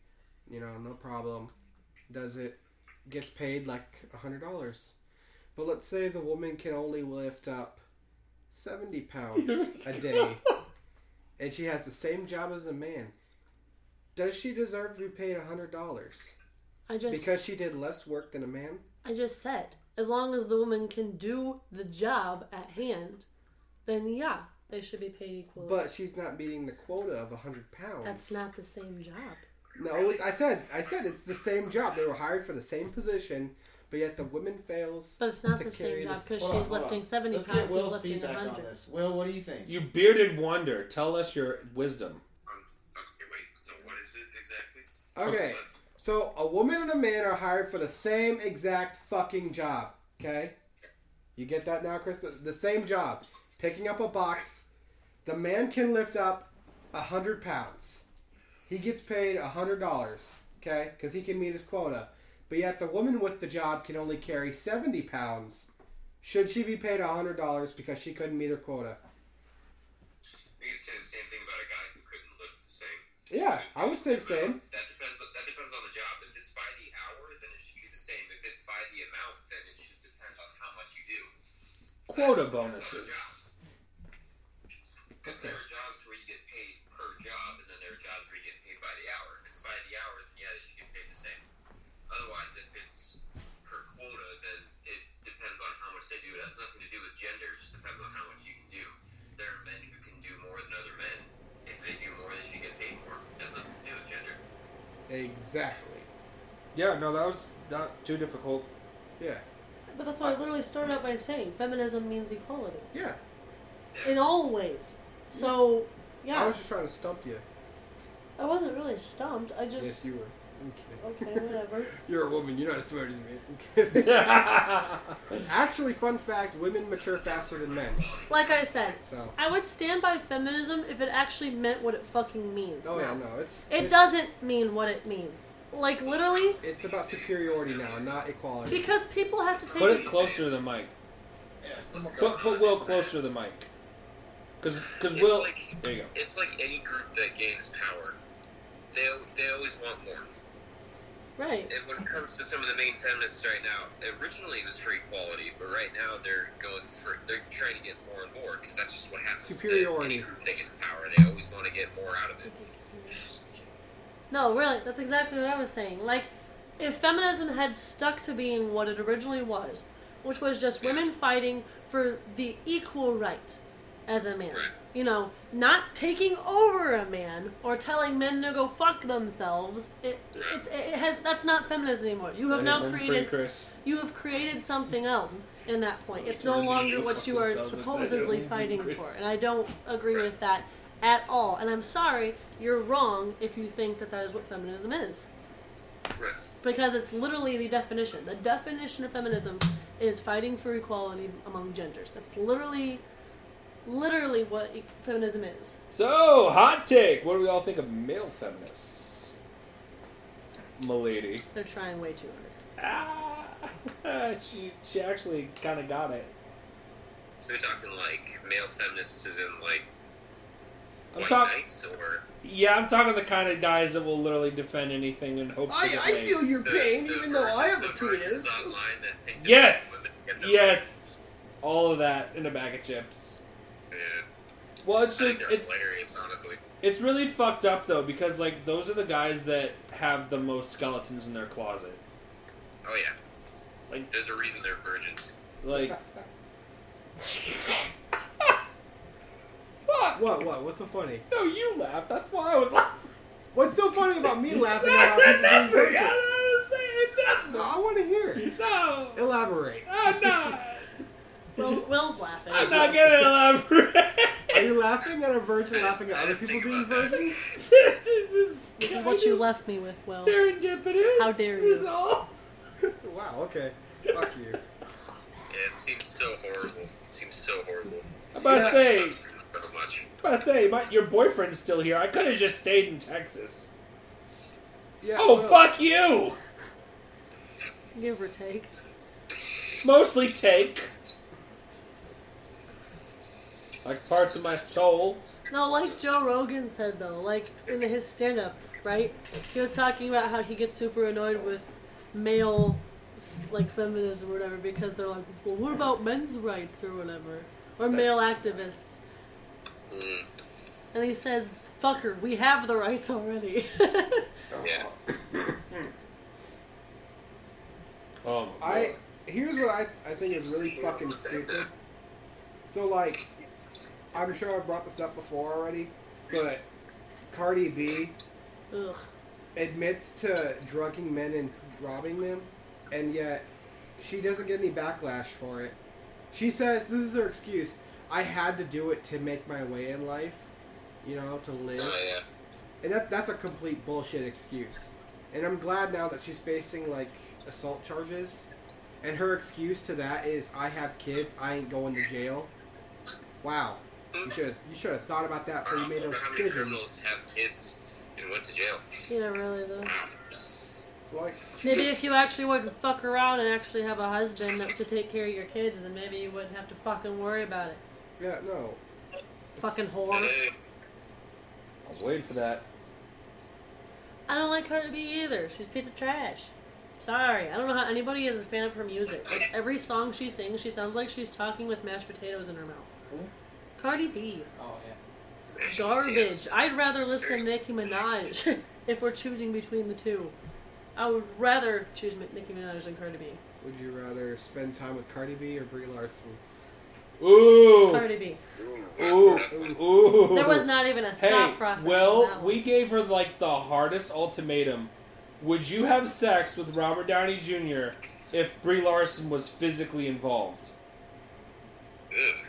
E: you know, no problem. Does it gets paid like a hundred dollars. But let's say the woman can only lift up seventy pounds a day and she has the same job as the man. Does she deserve to be paid a hundred dollars?
B: I just
E: Because she did less work than a man?
B: I just said, as long as the woman can do the job at hand, then yeah, they should be paid equally.
E: But she's not meeting the quota of a hundred pounds.
B: that's not the same job.
E: No, I said, I said it's the same job. They were hired for the same position, but yet the woman fails.
B: But it's not
E: To
B: the
E: carry
B: same job
E: this-
B: because
C: Hold on,
B: she's
C: hold
B: lifting
C: on.
B: 70
C: Let's
B: pounds,
C: get
B: he's
C: Will's
B: lifting
C: feedback on
B: 100.
C: this. Will, what do you think?
A: You bearded wonder, tell us your wisdom.
F: Um, okay, wait. So what is it exactly?
E: Okay, so a woman and a man are hired for the same exact fucking job. Okay, You get that now, Krista? The same job. Picking up a box. The man can lift up a 100 pounds. He gets paid a $100, okay? Because he can meet his quota. But yet the woman with the job can only carry 70 pounds. Should she be paid a $100 because she couldn't meet her quota?
F: You can say the same thing about a guy who couldn't lift the same.
E: Yeah, I would say the same.
F: amount. That depends. On, that depends on the job. If it's by the hour, then it should be the same. If it's by the amount, then it should depend on how much you do.
A: Quota bonuses.
F: Because there are jobs where you get paid per job, and then there are jobs where you get paid by the hour. If it's by the hour, then yeah, they should get paid the same. Otherwise, if it's per quota, then it depends on how much they do. It has nothing to do with gender. It just depends on how much you can do. There are men who can do more than other men. If they do more, they should get paid more. It has nothing to do with gender.
E: Exactly.
A: Yeah, no, that was not too (laughs) difficult.
E: Yeah,
B: But that's why I literally started out by saying feminism means equality
E: yeah.
B: in all ways. So,
E: I
B: yeah,
E: was just trying to stump you.
B: I wasn't really stumped. I just.
E: Yes, you were. I'm kidding.
B: Okay, whatever. (laughs)
E: You're a woman. You're not as smart as me. I'm (laughs) kidding. Actually, fun fact: women mature faster than men.
B: like I said,
E: So,
B: I would stand by feminism if it actually meant what it fucking means.
E: oh yeah, no, it's
B: It
E: it's,
B: doesn't mean what it means. Like, literally,
E: It's about superiority now, not equality.
B: because people have to take
A: Put it closer to the mic.
F: Let's go
A: Put, put Will
F: honest.
A: closer to the mic. Because
F: It's
A: Will.
F: like-
A: there you go.
F: It's like any group that gains power. They, they always want more.
B: Right.
F: And when it comes to some of the main feminists right now, originally it was for equality, but right now they're going for they're trying to get more and more because that's just what happens. to
E: Superiority.
F: Any group that gets power, they always want to get more out of it.
B: No, really, that's exactly what I was saying. Like, if feminism had stuck to being what it originally was, which was just women fighting for the equal right as a man,
F: Right.
B: you know, not taking over a man or telling men to go fuck themselves, it, it, it has that's not feminism anymore. You have now
A: Home free,
B: created
A: Chris.
B: you have created something else in that point. It's no longer what you are supposedly fighting for, and I don't agree with that at all. And I'm sorry, you're wrong if you think that that is what feminism is,
F: Right.
B: because it's literally the definition. The definition of feminism is fighting for equality among genders. That's literally, literally what e- feminism is.
A: So, hot take. What do we all think of male feminists? Milady.
B: They're trying way too hard.
A: Ah, (laughs) she she actually kind of got it.
F: We're talking like male feminists is in like
A: I'm
F: white
A: talking.
F: knights or
A: Yeah, I'm talking the kind of guys that will literally defend anything and hope. to
E: I,
A: get
E: I
A: laid.
E: feel your
F: the,
E: pain,
F: the
E: even though I
F: versions-
E: have a
F: the
E: penis.
F: versions online that think that
A: Yes,
F: women get them-
A: yes, all of that in a bag of chips.
F: Yeah,
A: Well,
F: I
A: it's
F: think
A: just
F: they're
A: it's
F: hilarious, honestly.
A: it's really fucked up though because like those are the guys that have the most skeletons in their closet.
F: Oh yeah,
A: Like-
F: there's a reason they're virgins.
A: Like,
E: (laughs)
A: fuck.
E: What? What? What's so funny?
A: No, you laughed. That's why I was laughing.
E: What's so funny about (laughs) me laughing
A: Nothing,
E: at people being
A: nothing.
E: virgins?
A: I didn't
E: No,
A: say
E: I want to hear. it.
A: nothing. No.
E: Elaborate.
A: I'm
E: (laughs)
A: not. (laughs)
B: Will, Will's laughing.
A: I'm not gonna elaborate.
E: Are you laughing at a virgin
F: I
E: laughing at other
F: didn't
E: people
F: think
E: being
F: about that.
E: virgins?
A: It was
B: This is
A: kind
B: what you
A: of
B: left me with, Will.
A: Serendipitous.
B: How dare
A: Is
B: you.
A: all.
E: Wow. Okay. Fuck you.
F: Yeah, it seems so horrible. It seems so horrible.
A: I'm about to say.
F: so much.
A: I'm about to say. My, your boyfriend's still here. I could have just stayed in Texas.
E: Yeah,
A: Oh
E: well,
A: fuck you.
B: Give or take.
A: Mostly take. Like parts of my soul.
B: No, like Joe Rogan said though, like in his stand up, right? He was talking about how he gets super annoyed with male like feminism or whatever because they're like, Well what about men's rights or whatever? Or male activists.
F: Mm,
B: And he says, Fucker, we have the rights already. (laughs)
F: yeah.
A: Oh.
E: I here's what I, I think is really fucking stupid. So like, I'm sure I brought this up before already, but Cardi B
B: Ugh.
E: admits to drugging men and robbing them, and yet she doesn't get any backlash for it. She says this is her excuse. I had to do it to make my way in life, you know, to live.
F: Oh yeah.
E: And that, that's a complete bullshit excuse. And I'm glad now that she's facing like assault charges And her excuse to that is, I have kids, I ain't going to jail. Wow. You should you should have thought about that before you made
F: I don't
E: those
F: know Hmm? how many
E: decisions.
F: criminals have kids and went to jail.
B: Yeah, really though.
E: Like,
B: Maybe if you actually wouldn't fuck around and actually have a husband that, to take care of your kids, then maybe you wouldn't have to fucking worry about it.
E: yeah, no.
B: Fucking whore.
F: Hey,
A: I was waiting for that.
B: I don't like her to be either. She's a piece of trash. Sorry, I don't know how anybody is a fan of her music. Like every song she sings, she sounds like she's talking with mashed potatoes in her mouth.
C: Who?
B: Cardi B,
C: Oh yeah.
B: garbage. I'd rather listen to Nicki Minaj (laughs) if we're choosing between the two. I would rather choose Mi- Nicki Minaj than Cardi B.
E: Would you rather spend time with Cardi B or Brie Larson?
A: Ooh,
B: Cardi B.
F: That's
A: ooh,
F: tough.
A: ooh.
B: There was not even a
A: Hey,
B: thought process. on
A: well,
B: that
A: we
B: one.
A: gave her like the hardest ultimatum. Would you have sex with Robert Downey Jr. if Brie Larson was physically involved?
F: Ugh.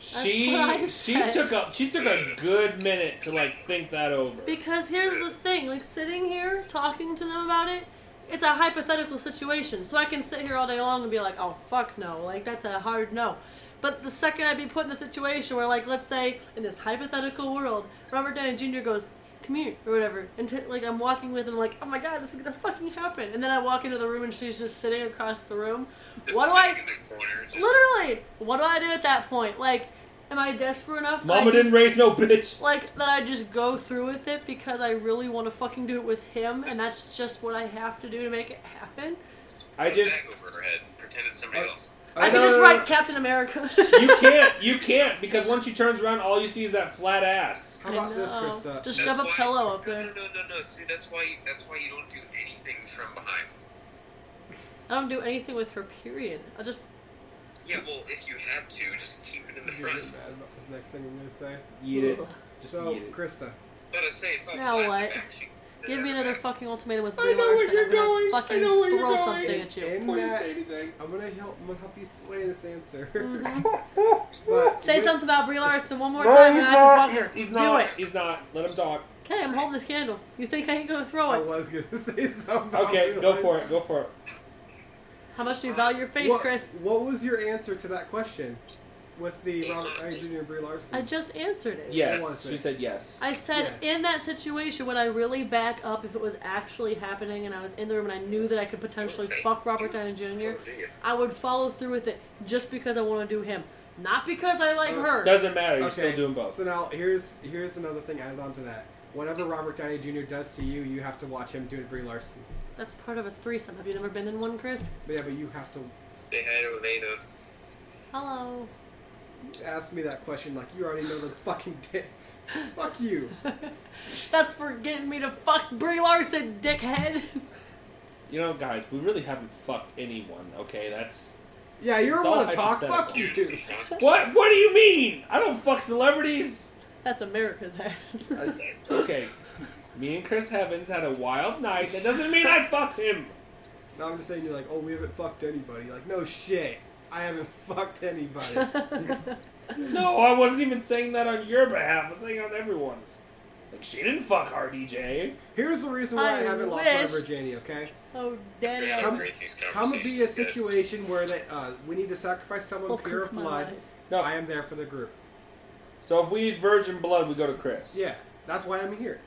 A: She
B: what I
A: she
B: said.
A: took a she took a good minute to like think that over.
B: Because here's the thing, like sitting here talking to them about it, it's a hypothetical situation. So I can sit here all day long and be like, oh fuck no, like that's a hard no. But the second I'd be put in a situation where, like, let's say in this hypothetical world, Robert Downey Jr. goes, "Come here" or whatever, and t- like I'm walking with him, like, oh my god, this is gonna fucking happen. And then I walk into the room and she's just sitting across the room.
F: Just
B: What do I-
F: sitting in the corner, just-
B: Literally, what do I do at that point? Like, am I desperate enough? that I
A: Mama didn't
B: just-
A: raise no bitch.
B: like that I just go through with it because I really want to fucking do it with him, and that's just what I have to do to make it happen.
A: I just
F: Bag over her head. Pretend it's somebody
E: Uh,
F: else.
B: I can
A: No,
B: just
A: no,
B: write
A: no.
B: Captain America.
A: You
B: (laughs)
A: can't you can't because once she turns around, all you see is that flat ass.
E: How about
B: I
E: this,
B: know.
E: Krista?
B: Just
F: That's
B: shove a
F: why-
B: pillow up
F: no,
B: there.
F: No, no, no, no. See, that's why. That's why you don't do anything from behind.
B: I don't do anything with her. Period. I just
F: Yeah, well, if you have to, just keep it in the
E: You're really
F: front.
E: bad about this next thing I'm gonna say.
A: Eat it. Just
E: So,
A: eat it.
E: Krista,
F: But I say it's not.
B: Now
F: flat in the
B: what?
F: back. She-
B: give me another fucking ultimatum with
A: I
B: Brie
A: know where
B: Larson.
A: you're
B: I'm gonna
A: going. I
B: fucking
A: know where you're
B: throw
A: going.
B: something at you.
E: in
A: Before you
E: that-
A: say anything.
E: I'm gonna help. I'm gonna help you sway this answer.
B: Mhm.
E: (laughs) But
B: Say
E: with-
B: something about Brie Larson one more
A: No,
B: time,
A: he's
B: and I have
A: not.
B: to fuck her.
A: He's, he's
B: do
A: not.
B: it.
A: He's not. Let him talk.
B: Okay, I'm holding this candle. You think I ain't gonna throw (laughs)
E: I
B: it?
E: was gonna say something. about
A: Okay,
E: Brie
A: go
E: Larson.
A: for it. Go for it.
B: How much do you value your face,
E: what,
B: Chris?
E: What was your answer to that question with the Robert Downey Jr. and Brie Larson?
B: I just answered it.
A: Yes,
E: Larson.
A: she said yes.
B: I said
E: Yes.
B: in that situation would I really back up if it was actually happening and I was in the room and I knew that I could potentially fuck Robert Downey Jr. I would follow through with it just because I want to do him, not because I like her.
A: Doesn't matter. You're still doing both.
E: So now here's here's another thing added on to that. Whatever Robert Downey Jr. does to you, you have to watch him do it to Brie Larson.
B: That's part of a threesome. Have you never been in one, Chris?
E: But yeah, but you have to
F: They had a made of.
B: Hello.
E: ask me that question like you already know the fucking (laughs) dick. Fuck you.
B: (laughs) That's for getting me to fuck Brie Larson, dickhead. (laughs)
A: You know, guys, we really haven't fucked anyone. Okay, that's
E: Yeah, you
A: It's
E: don't
A: all
E: want to talk. Fuck
A: hypothetical.
E: you.
A: what. What do you mean? I don't fuck celebrities.
B: That's America's ass. (laughs)
A: I- okay, me and Chris Evans had a wild night. That doesn't mean I fucked him.
E: No, I'm just saying you're like, oh, we haven't fucked anybody. Like, no shit, I haven't (laughs)
B: (laughs)
E: fucked anybody.
A: No, I wasn't even saying that on your behalf. I was saying on everyone's. Like she didn't fuck RDJ.
E: Here's the reason why
B: I
E: I, haven't lost my
B: wish-
E: virginity. Okay,
B: oh, daddy. I
E: Come-
B: regret-
E: come and be a situation where that uh, we need to sacrifice someone
B: Welcome
E: pure
B: to
E: of
B: my
E: blood.
B: life.
A: No.
E: I am there for the group.
A: So if we need virgin blood, we go to Chris.
E: Yeah, that's why I'm here.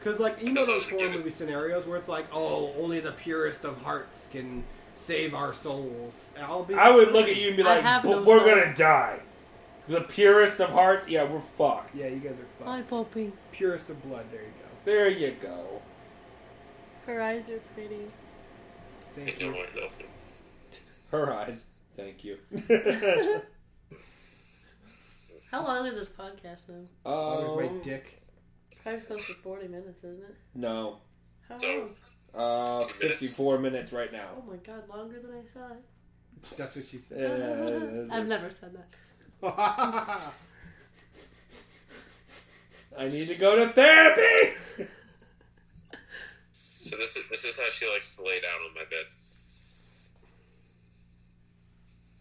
E: Because, like, you know those horror movie scenarios where it's like, oh, only the purest of hearts can save our souls. I'll be.
A: I would look at you and be
B: I
A: like,
B: have
A: "But
B: no
A: we're
B: soul."
A: gonna die. The purest of hearts, yeah, we're fucked.
E: Yeah, you guys
B: Hi,
E: are fucked.
B: Poppy.
E: Purest of blood. There you go.
A: There you go.
B: Her eyes are pretty.
E: Thank you.
A: Her eyes. Thank
E: (laughs)
A: you.
B: How long is this podcast now?
A: um,
E: Where's my dick?
B: Probably close to 40 minutes, isn't it?
A: No.
B: How
F: So-
B: long?
A: Uh, 54 minutes right
B: Oh (laughs)
A: now.
B: my god, longer than I thought.
E: That's what she
A: Uh,
E: said. (laughs)
A: that's-
B: (laughs) I've never said that.
A: I need to go to therapy! (laughs)
F: So this is this is how she likes to lay down on my bed.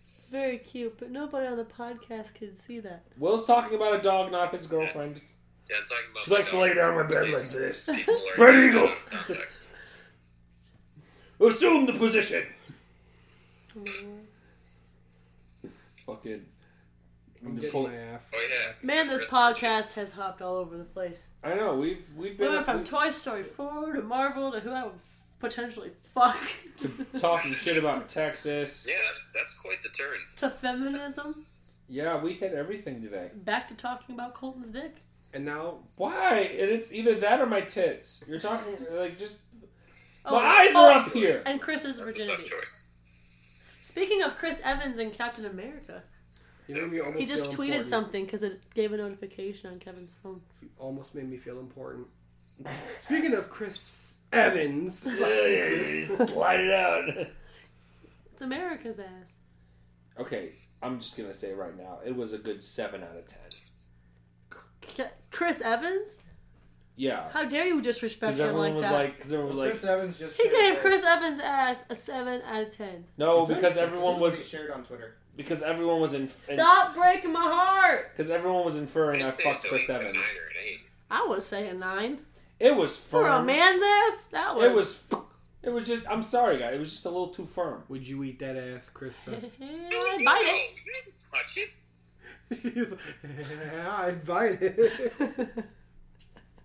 B: It's very cute, but nobody on the podcast can see that.
A: Will's talking about a dog, not his girlfriend.
F: Yeah, I'm talking about.
A: She likes to lay down on my bed like
F: Please.
A: this.
F: People
A: (laughs)
F: are-
A: Spread eagle.
F: Context.
A: Assume the position! Fucking.
E: I'm
A: Napo-
E: getting my ass.
F: Oh yeah.
B: Man, this podcast has hopped all over the place.
A: I know we've we've
B: We
A: been
B: went from
A: we-
B: Toy Story 4 to Marvel to who I would f- potentially fuck
A: to talking shit about Texas.
F: Yeah, that's, that's quite the turn.
B: (laughs) to feminism
A: Yeah, we hit everything today.
B: back to talking about Colton's dick.
E: And now,
A: Why? And it's either that or my tits. You're talking like just
B: Oh,
A: my eyes
B: oh,
A: are up here.
B: And Chris's
F: That's a tough
B: virginity.
F: choice.
B: Speaking of Chris Evans and Captain America,
E: you made me almost
B: he just
E: feel
B: tweeted
E: important.
B: something because it gave a notification on Kevin's phone.
E: You almost made me feel important. Speaking of Chris Evans, Chris,
A: Slide it out.
B: It's America's ass.
A: (laughs) Okay, I'm just gonna say right now, it was a good seven out of ten.
B: K- Chris Evans?
A: Yeah,
B: How dare you disrespect
A: because
B: him
A: everyone
B: like
A: was
B: that?
A: like, because everyone was
C: Chris
A: like,
C: Evans just
B: he
C: shared
B: gave
C: it.
B: Chris Evans' ass a 7 out of 10.
A: no,
D: Is there
A: because
D: a-
A: everyone
C: He
A: was
C: shared on Twitter.
A: because everyone was in
B: Stop breaking my heart!
A: because everyone was inferring I
F: I'd say
A: fucked
F: it's at
A: Chris
F: least a
A: Evans.
F: nine or an eight.
B: I would say a 9.
A: It was
B: For a
A: firm.
B: man's ass? That was.
A: It was. It was just. I'm sorry, guy. It was just a little too firm.
E: would you eat that ass,
B: (laughs)
E: Krista?
B: I'd bite
F: No,
B: it.
F: you didn't touch Oh, it.
E: She's like, (laughs) I bite it.
B: (laughs)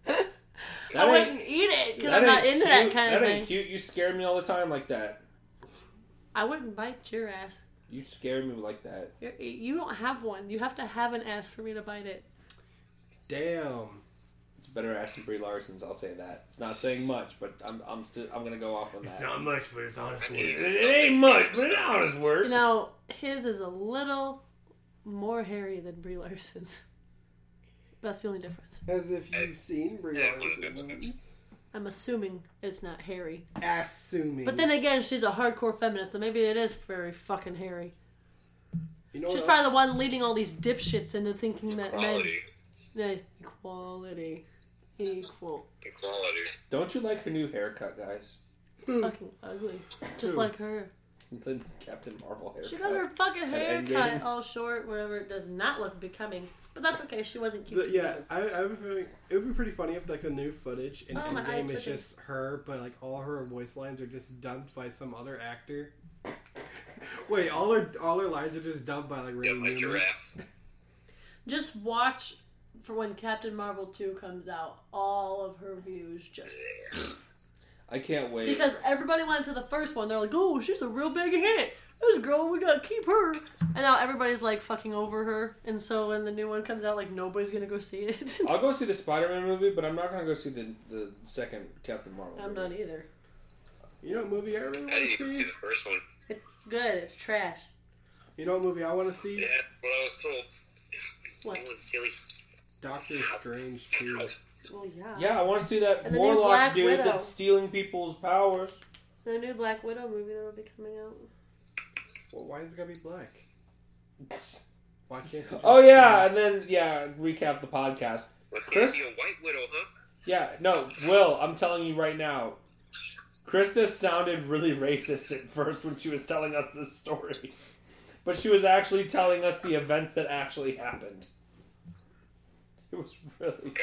A: That
B: I
A: ain't-
B: wouldn't eat it because
A: that
B: I'm not
A: ain't
B: into
A: cute.
B: that kind of
A: That
B: thing.
A: ain't cute. You scared me all the time like that.
B: I wouldn't bite your ass.
A: You scared me like that.
B: You're, you don't have one. You have to have an ass for me to bite it.
E: Damn.
A: It's better ass than Brie Larson's. I'll say that. Not saying much, but I'm I'm sti- I'm gonna go off on that.
E: much, but it's
F: I
E: honest
F: mean,
A: it,
F: it's
A: it ain't
F: something
A: much,
F: to
A: but
F: do.
A: it out is work.
B: You know, his is a little more hairy than Brie Larson's. That's the only difference.
D: As if you've seen Brie
F: Yeah,
D: Larson.
F: yeah.
D: once.
B: I'm assuming it's not hairy.
E: Assuming.
B: But then again, she's a hardcore feminist, so maybe it is very fucking hairy.
E: you know
B: She's
E: what
B: probably the
E: else?
B: one leading all these dipshits into thinking that
F: Quality.
B: men. Yeah, equality. Equal.
F: Equality.
A: Don't you like her new haircut, guys? (laughs)
E: Hmm.
B: fucking ugly. Just like her.
A: The Captain Marvel haircut.
B: She got her fucking hair
A: Endgame.
B: cut all short, whatever. It does not look becoming. But that's okay. She wasn't cute.
E: The- yeah, I, I have a feeling it would be pretty funny if like the new footage in
B: Oh, my eyes
E: Endgame is
B: twitching.
E: just her, but like all her voice lines are just dubbed by some other actor. (laughs) Wait, all her all her lines are just dubbed by like
F: Yeah,
E: Randy
F: like
E: Newman.
F: giraffe.
B: Just watch for when Captain Marvel 2 comes out. All of her views just.
A: I can't wait.
B: Because everybody went to the first one. They're like, oh, she's a real big hit. This girl, we gotta keep her. And now everybody's like fucking over her. And so when the new one comes out, like nobody's gonna go see it. (laughs)
A: I'll go see the Spider-Man movie, but I'm not gonna go see the the second Captain Marvel.
B: I'm
A: movie.
B: not either.
E: You know what movie I really
F: I didn't
E: want to
F: even see
E: see?
F: the first one.
B: It's good. It's trash.
E: You know what movie I want to see?
F: Yeah, what I was told.
B: What?
F: Old and silly.
E: Doctor Strange 2.
B: Well, yeah.
A: Yeah, I want to see that
B: And the new
A: warlock
B: Black
A: dude
B: Widow.
A: that's stealing people's powers.
B: The new Black Widow movie that'll be coming out.
E: Well, why is it gotta be black? Why can't it just
A: Oh yeah,
E: be-
A: and then yeah, recap the podcast.
F: What can't
A: Chris?
F: be a white widow, huh?
A: Yeah, no, Will, I'm telling you right now, Krista sounded really racist at first when she was telling us this story, but she was actually telling us the events that actually happened. It was really,
F: Okay.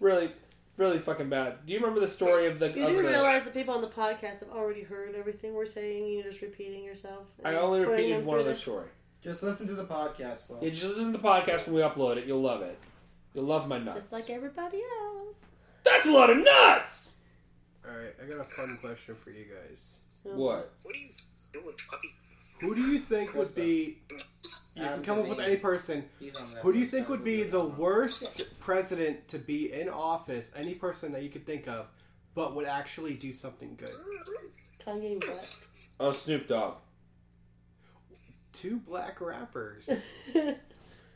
A: really, really fucking bad. Do you remember the story of the?
B: You
A: of
B: do
A: the-
B: realize the people on the podcast have already heard everything we're saying, and you're just repeating yourself.
A: I
B: and
A: only
B: putting
A: repeated
B: them
A: one
B: through
A: other
B: this-
A: story.
C: Just listen to the podcast, Will.
A: Yeah, just listen to the podcast when we upload it. You'll love it. You'll love my nuts.
B: Just like everybody else.
A: That's a lot of nuts.
E: Alright, I got a fun question for you guys.
B: So,
A: What?
F: What are you doing, puppy?
E: Who do you think would be. You can
C: Adam
E: come up with
C: Levine.
E: any person.
C: He's on that
E: Who do you
C: list,
E: think
C: so
E: would
C: we'll
E: be
C: do
E: the
C: that one.
E: worst president to be in office? Any person that you could think of, but would actually do something good.
B: Kanye West. (laughs)
A: Oh, Snoop Dogg.
E: Two black rappers.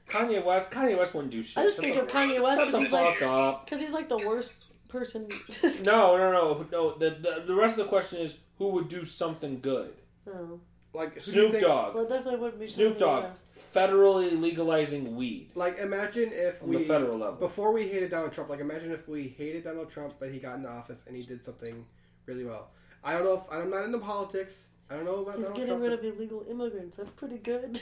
A: Kanye West. Kanye West wouldn't do shit.
B: I just
A: Shut
B: think
A: the-
B: of Kanye West
A: Shut
B: because
A: the
B: he's
A: fuck
B: like
A: up.
B: because he's like the worst person. (laughs)
A: No, no, no, no. The, the the rest of the question is who would do something good.
B: no.
E: Like who do you
A: Snoop
E: think-
A: Dogg.
B: Oh. Well, it definitely wouldn't be
A: Snoop
B: Kanye
A: Dogg
B: West.
A: federally legalizing weed
E: Like imagine if
A: on
E: we
A: the federal level.
E: before we hated Donald Trump. Like imagine if we hated Donald Trump, but he got into office and he did something really well. I don't know if I'm not into politics. I don't know about
B: He's
E: Donald
B: getting
E: Trump.
B: rid
E: but-
B: of illegal immigrants. That's pretty good.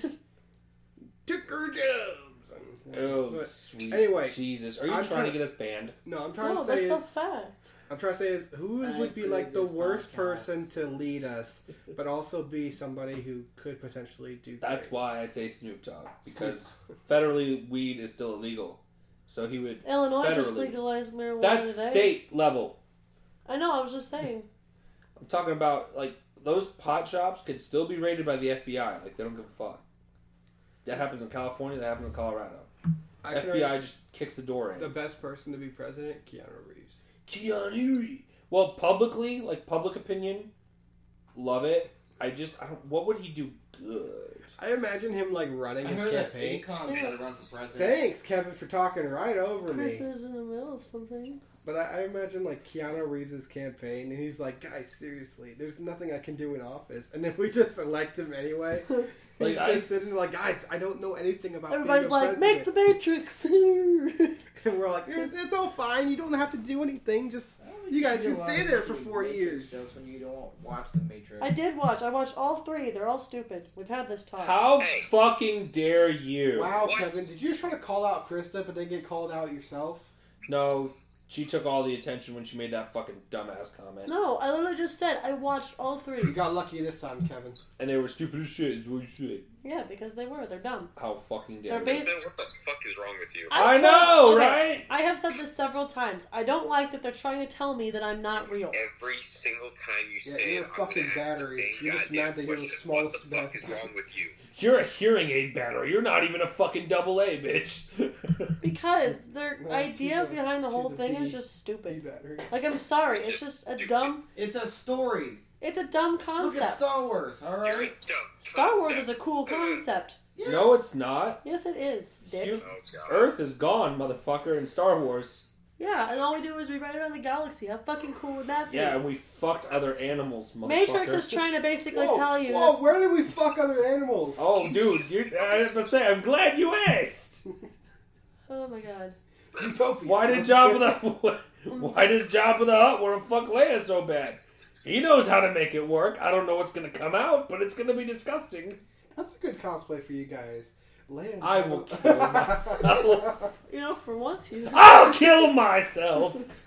E: Ticker jobs.
A: oh,
E: But-
A: sweet
E: anyway,
A: Oh, Jesus, are you
E: I'm
A: trying
E: trying-
A: to get us banned?
B: (laughs)
E: no, I'm trying
B: no,
E: to say
B: Oh, that's a
E: is
B: fact.
E: I'm trying to say is who
C: I
E: would be
C: agree
E: like
C: with
E: the
C: this
E: worst
C: podcast.
E: person to lead us, but also be somebody who could potentially do.
A: That's
E: great.
A: why I say Snoop Dogg because federally weed is still illegal, so he would
B: Illinois just
A: federally-
B: legalized marijuana
A: That's
B: today.
A: state level.
B: I know. I was just saying.
A: I'm talking about like those pot shops could still be raided by the FBI. Like they don't give a fuck. That happens in California. That happens in Colorado.
E: I can
A: FBI
E: always-
A: just kicks the door in.
E: the best person to be president, Keanu Reeves.
A: Keanu Reeves. Well, publicly, like public opinion, love it. I just, I don't. What would he do good?
E: I imagine him like running
C: I
E: his
C: heard that
E: campaign.
C: Akon's gonna run for president.
E: Thanks, Kevin, for talking right over
B: Chris
E: me.
B: is in the middle of
E: (laughs)
B: something.
E: But I, I imagine like Keanu Reeves' campaign, and he's like, "Guys, seriously, there's nothing I can do in office," and then we just elect him
A: (laughs)
E: anyway.
A: Like,
E: he's
A: I-
E: just sitting there like, "Guys, I don't know anything
B: (laughs)
E: about."
B: Everybody's
E: being a
B: like, make the
E: president."
B: Matrix.
E: (laughs)
B: (laughs)
E: and we're like, it's, "It's all fine. You don't have to do anything.
C: Oh,
E: Just You guys can stay there for four years.
C: That's when you don't watch the Matrix.
B: I did watch. I watched all three. They're all stupid. We've had this talk.
A: How
F: Hey.
A: fucking dare you?
D: Wow,
F: What?
D: Kevin, did you just try to call out Krista, but then get called out yourself?
A: No, she took all the attention when she made that fucking dumbass comment,
B: No, I literally just said I watched all
D: You
B: three. (laughs)
D: got lucky this time, Kevin.
A: and they were stupid as shit. Is what you said.
B: Yeah, because they were. They're dumb.
A: How fucking dare
B: They're
A: you?
B: basi-
F: Krista, what the fuck is wrong with you?
A: I
B: don't-
A: know,
B: okay,
A: right?
B: I have said this several times. I don't like that they're trying to tell me that I'm not real.
F: Every single time you
D: Yeah,
F: say
D: you're
F: it,
D: a
F: I'm gonna
D: fucking
F: ask the
D: battery.
F: same
D: You're just
F: goddamn
D: mad that you're the
F: question. What the
D: smallest
F: fuck is
D: battery.
F: wrong with you?
A: You're a hearing aid battery. You're not even a fucking double A, (laughs) bitch.
B: Because their
D: No,
B: idea
D: she's a-
B: behind the whole
D: she's a
B: thing is
D: bee.
B: just
D: Be
B: stupid.
D: better.
B: Like I'm sorry, it's just a dumb
C: It's a story.
B: it's a dumb
C: Look at
B: concept.
C: Star Wars,
F: You're a
C: alright?
F: dumb
B: Star Wars is
F: concept. Oh,
B: a
F: (laughs)
B: cool concept.
C: Yes.
A: No, it's not.
B: Yes it is, Dick.
A: You-
F: Oh god.
A: Earth is gone, motherfucker, in Star Wars.
B: Yeah, and all we do is we ride around the galaxy. How fucking cool would that be?
A: Yeah, and we fucked other animals, motherfucker.
B: Matrix is trying to basically
D: Whoa,
B: tell you
D: whoa, where did we fuck other animals?
A: Oh, dude, you're, I have to say, I'm glad you asked.
B: that- Oh my god.
D: Zootopia.
A: Why (laughs) did Jabba the (laughs) Why does Jabba the Hutt want to fuck Leia so bad? He knows how to make it work. I don't know what's gonna come out, but it's gonna be disgusting.
D: That's a good cosplay for you guys. Leia and
A: I
D: Jabba-
A: will kill
E: (laughs)
A: myself.
B: You know, for once you
A: I'll kill myself. (laughs)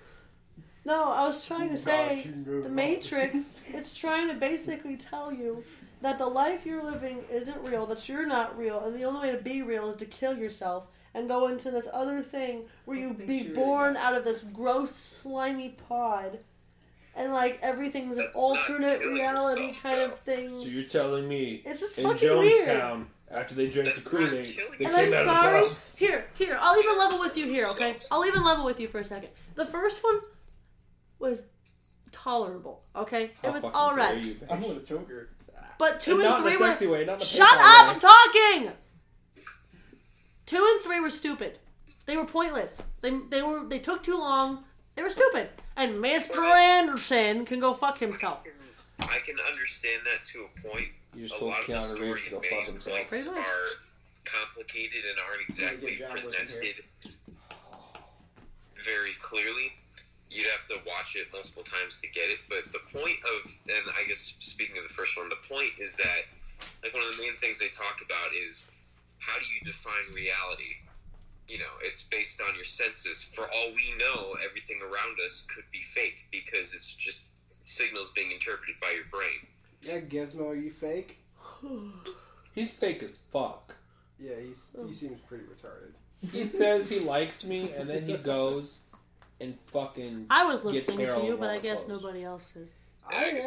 B: No, I was trying to say
D: Cartoon movie.
A: (laughs)
B: the Matrix, it's trying to basically tell you that the life you're living isn't real, that you're not real, and the only way to be real is to kill yourself and go into this other thing where you
C: think
B: be
C: she really
B: born out of this gross, slimy pod. And like everything's an
F: That's not
B: alternate
F: killing
B: reality
F: yourself,
B: kind of
A: So
B: thing.
A: you're telling me
B: It's just
A: in
B: fucking weird.
A: Jonestown after they drank
F: That's
A: the Kool Aid,
F: not killing
A: they
F: you.
B: And
A: came
B: I'm
A: out
B: sorry.
A: of the box.
B: Here, here, I'll even level with you here, okay? I'll even level with you for a second. The first one was tolerable, okay?
A: How
B: it was
A: fucking
B: all
A: dare
B: right.
A: you,
D: I'm
A: bitch.
D: gonna choke her.
B: But two and,
A: not
B: three
A: in a
B: were.
A: sexy way, not in a
B: Shut
A: pedophile
B: up!
A: way.
B: I'm talking. Two and three were stupid. They were pointless. They they were they took too long. They were stupid. And Mr. Anderson can go fuck himself.
F: I can understand that to a point.
A: You just
F: A
A: told
F: lot of the
A: Keanu
F: story
A: Reeves to go
F: main
A: fuck himself.
F: points
B: Pretty much.
F: are complicated and aren't exactly
D: John Wick in here.
F: presented very clearly. You'd have to watch it multiple times to get it. But the point of, and I guess speaking of the first one, the point is that like one of the main things they talk about is how do you define reality? You know, it's based on your senses. For all we know, everything around us could be fake because it's just signals being interpreted by your brain.
D: Yeah, Gizmo, are you fake?
A: He's fake as fuck.
D: Yeah, he's, he seems pretty retarded.
B: (laughs)
A: He says he likes me, and then he goes and fucking
B: I was
A: Gets
B: listening to
A: Harold
B: you, but I
A: Wallaclose.
B: guess nobody else is.
D: (laughs)
E: Oh,
D: I am.
C: I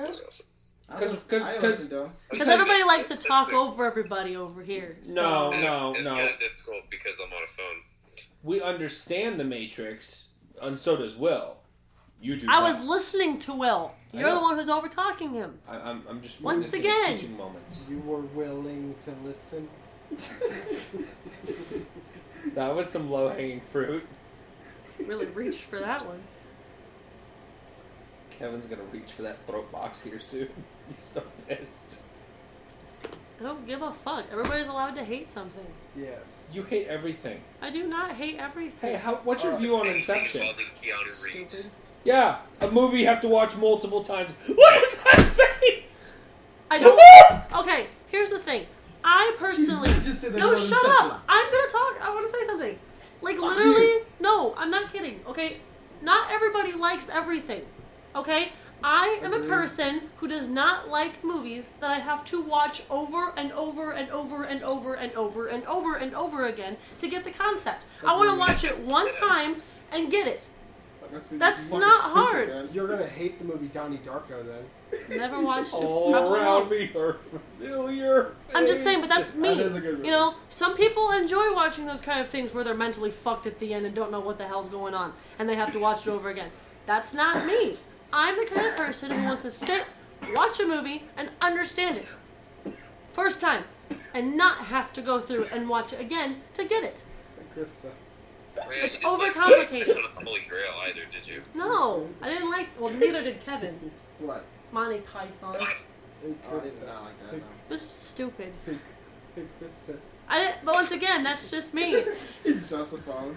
A: Cause-
C: listen-
A: cause-
C: I
A: cause-
C: listen to him.
B: Because everybody likes to talk over everybody over here.
A: No,
B: So.
A: no,
F: it's
A: no.
F: kind of difficult because I'm on a phone.
A: we understand the Matrix, and so does Will. You do.
B: I
A: not.
B: was listening to Will.
A: I
B: You're the
A: know.
B: one who's over talking him.
A: I, I'm, I'm just
B: Once
A: witnessing
B: again.
A: a teaching moment.
D: You were willing to listen.
A: That was some low hanging fruit.
B: Really reached for that one.
A: Kevin's gonna reach for that throat box here soon. (laughs) He's so pissed.
B: I don't give a fuck. Everybody's allowed to hate something.
D: (laughs) Yes.
A: You hate everything.
B: I do not hate everything.
A: Hey, how, what's your view on Inception?
F: Involving Keanu Reeves.
B: Stupid.
A: Yeah, a movie you have to watch multiple times. (laughs) Look at that face. (laughs)
B: I don't. okay, here's the thing. I personally.
A: (laughs)
D: just said that
B: No,
D: about
B: shut
D: Inception.
B: up! I'm gonna talk. I want to say something. Like literally, no, I'm not kidding. Okay, Not everybody likes everything. Okay? I am a
E: Agreed.
B: person who does not like movies that I have to watch over and over and over and over and over and over and over again to get the concept. I want to
E: Agreed.
B: watch it one time and get it.
D: Must be
B: That's
D: fucking
B: not
D: stupid,
B: hard.
D: man. You're gonna hate the movie Donnie Darko then.
B: Never watched it.
A: All
B: Probably won't.
A: around me are familiar.
B: I'm just saying, but that's me.
D: That is a good
B: You know, some people enjoy watching those kind of things where they're mentally fucked at the end and don't know what the hell's going on, and they have to watch it over again. That's not me. I'm the kind of person who wants to sit, watch a movie, and understand it first time, and not have to go through and watch it again to get it.
D: Like Krista.
F: Man,
B: It's
F: you didn't like
B: overcomplicated.
F: Holy- Holy Grail either, did you?
B: No, I didn't like. Well, neither did Kevin.
D: What?
B: Monty Python. It
D: Hey
C: Oh, I did
D: Krista.
C: not like that. No.
B: was just stupid.
D: Hey Krista.
B: I didn't, but once again, that's just me.
D: He's just a phone.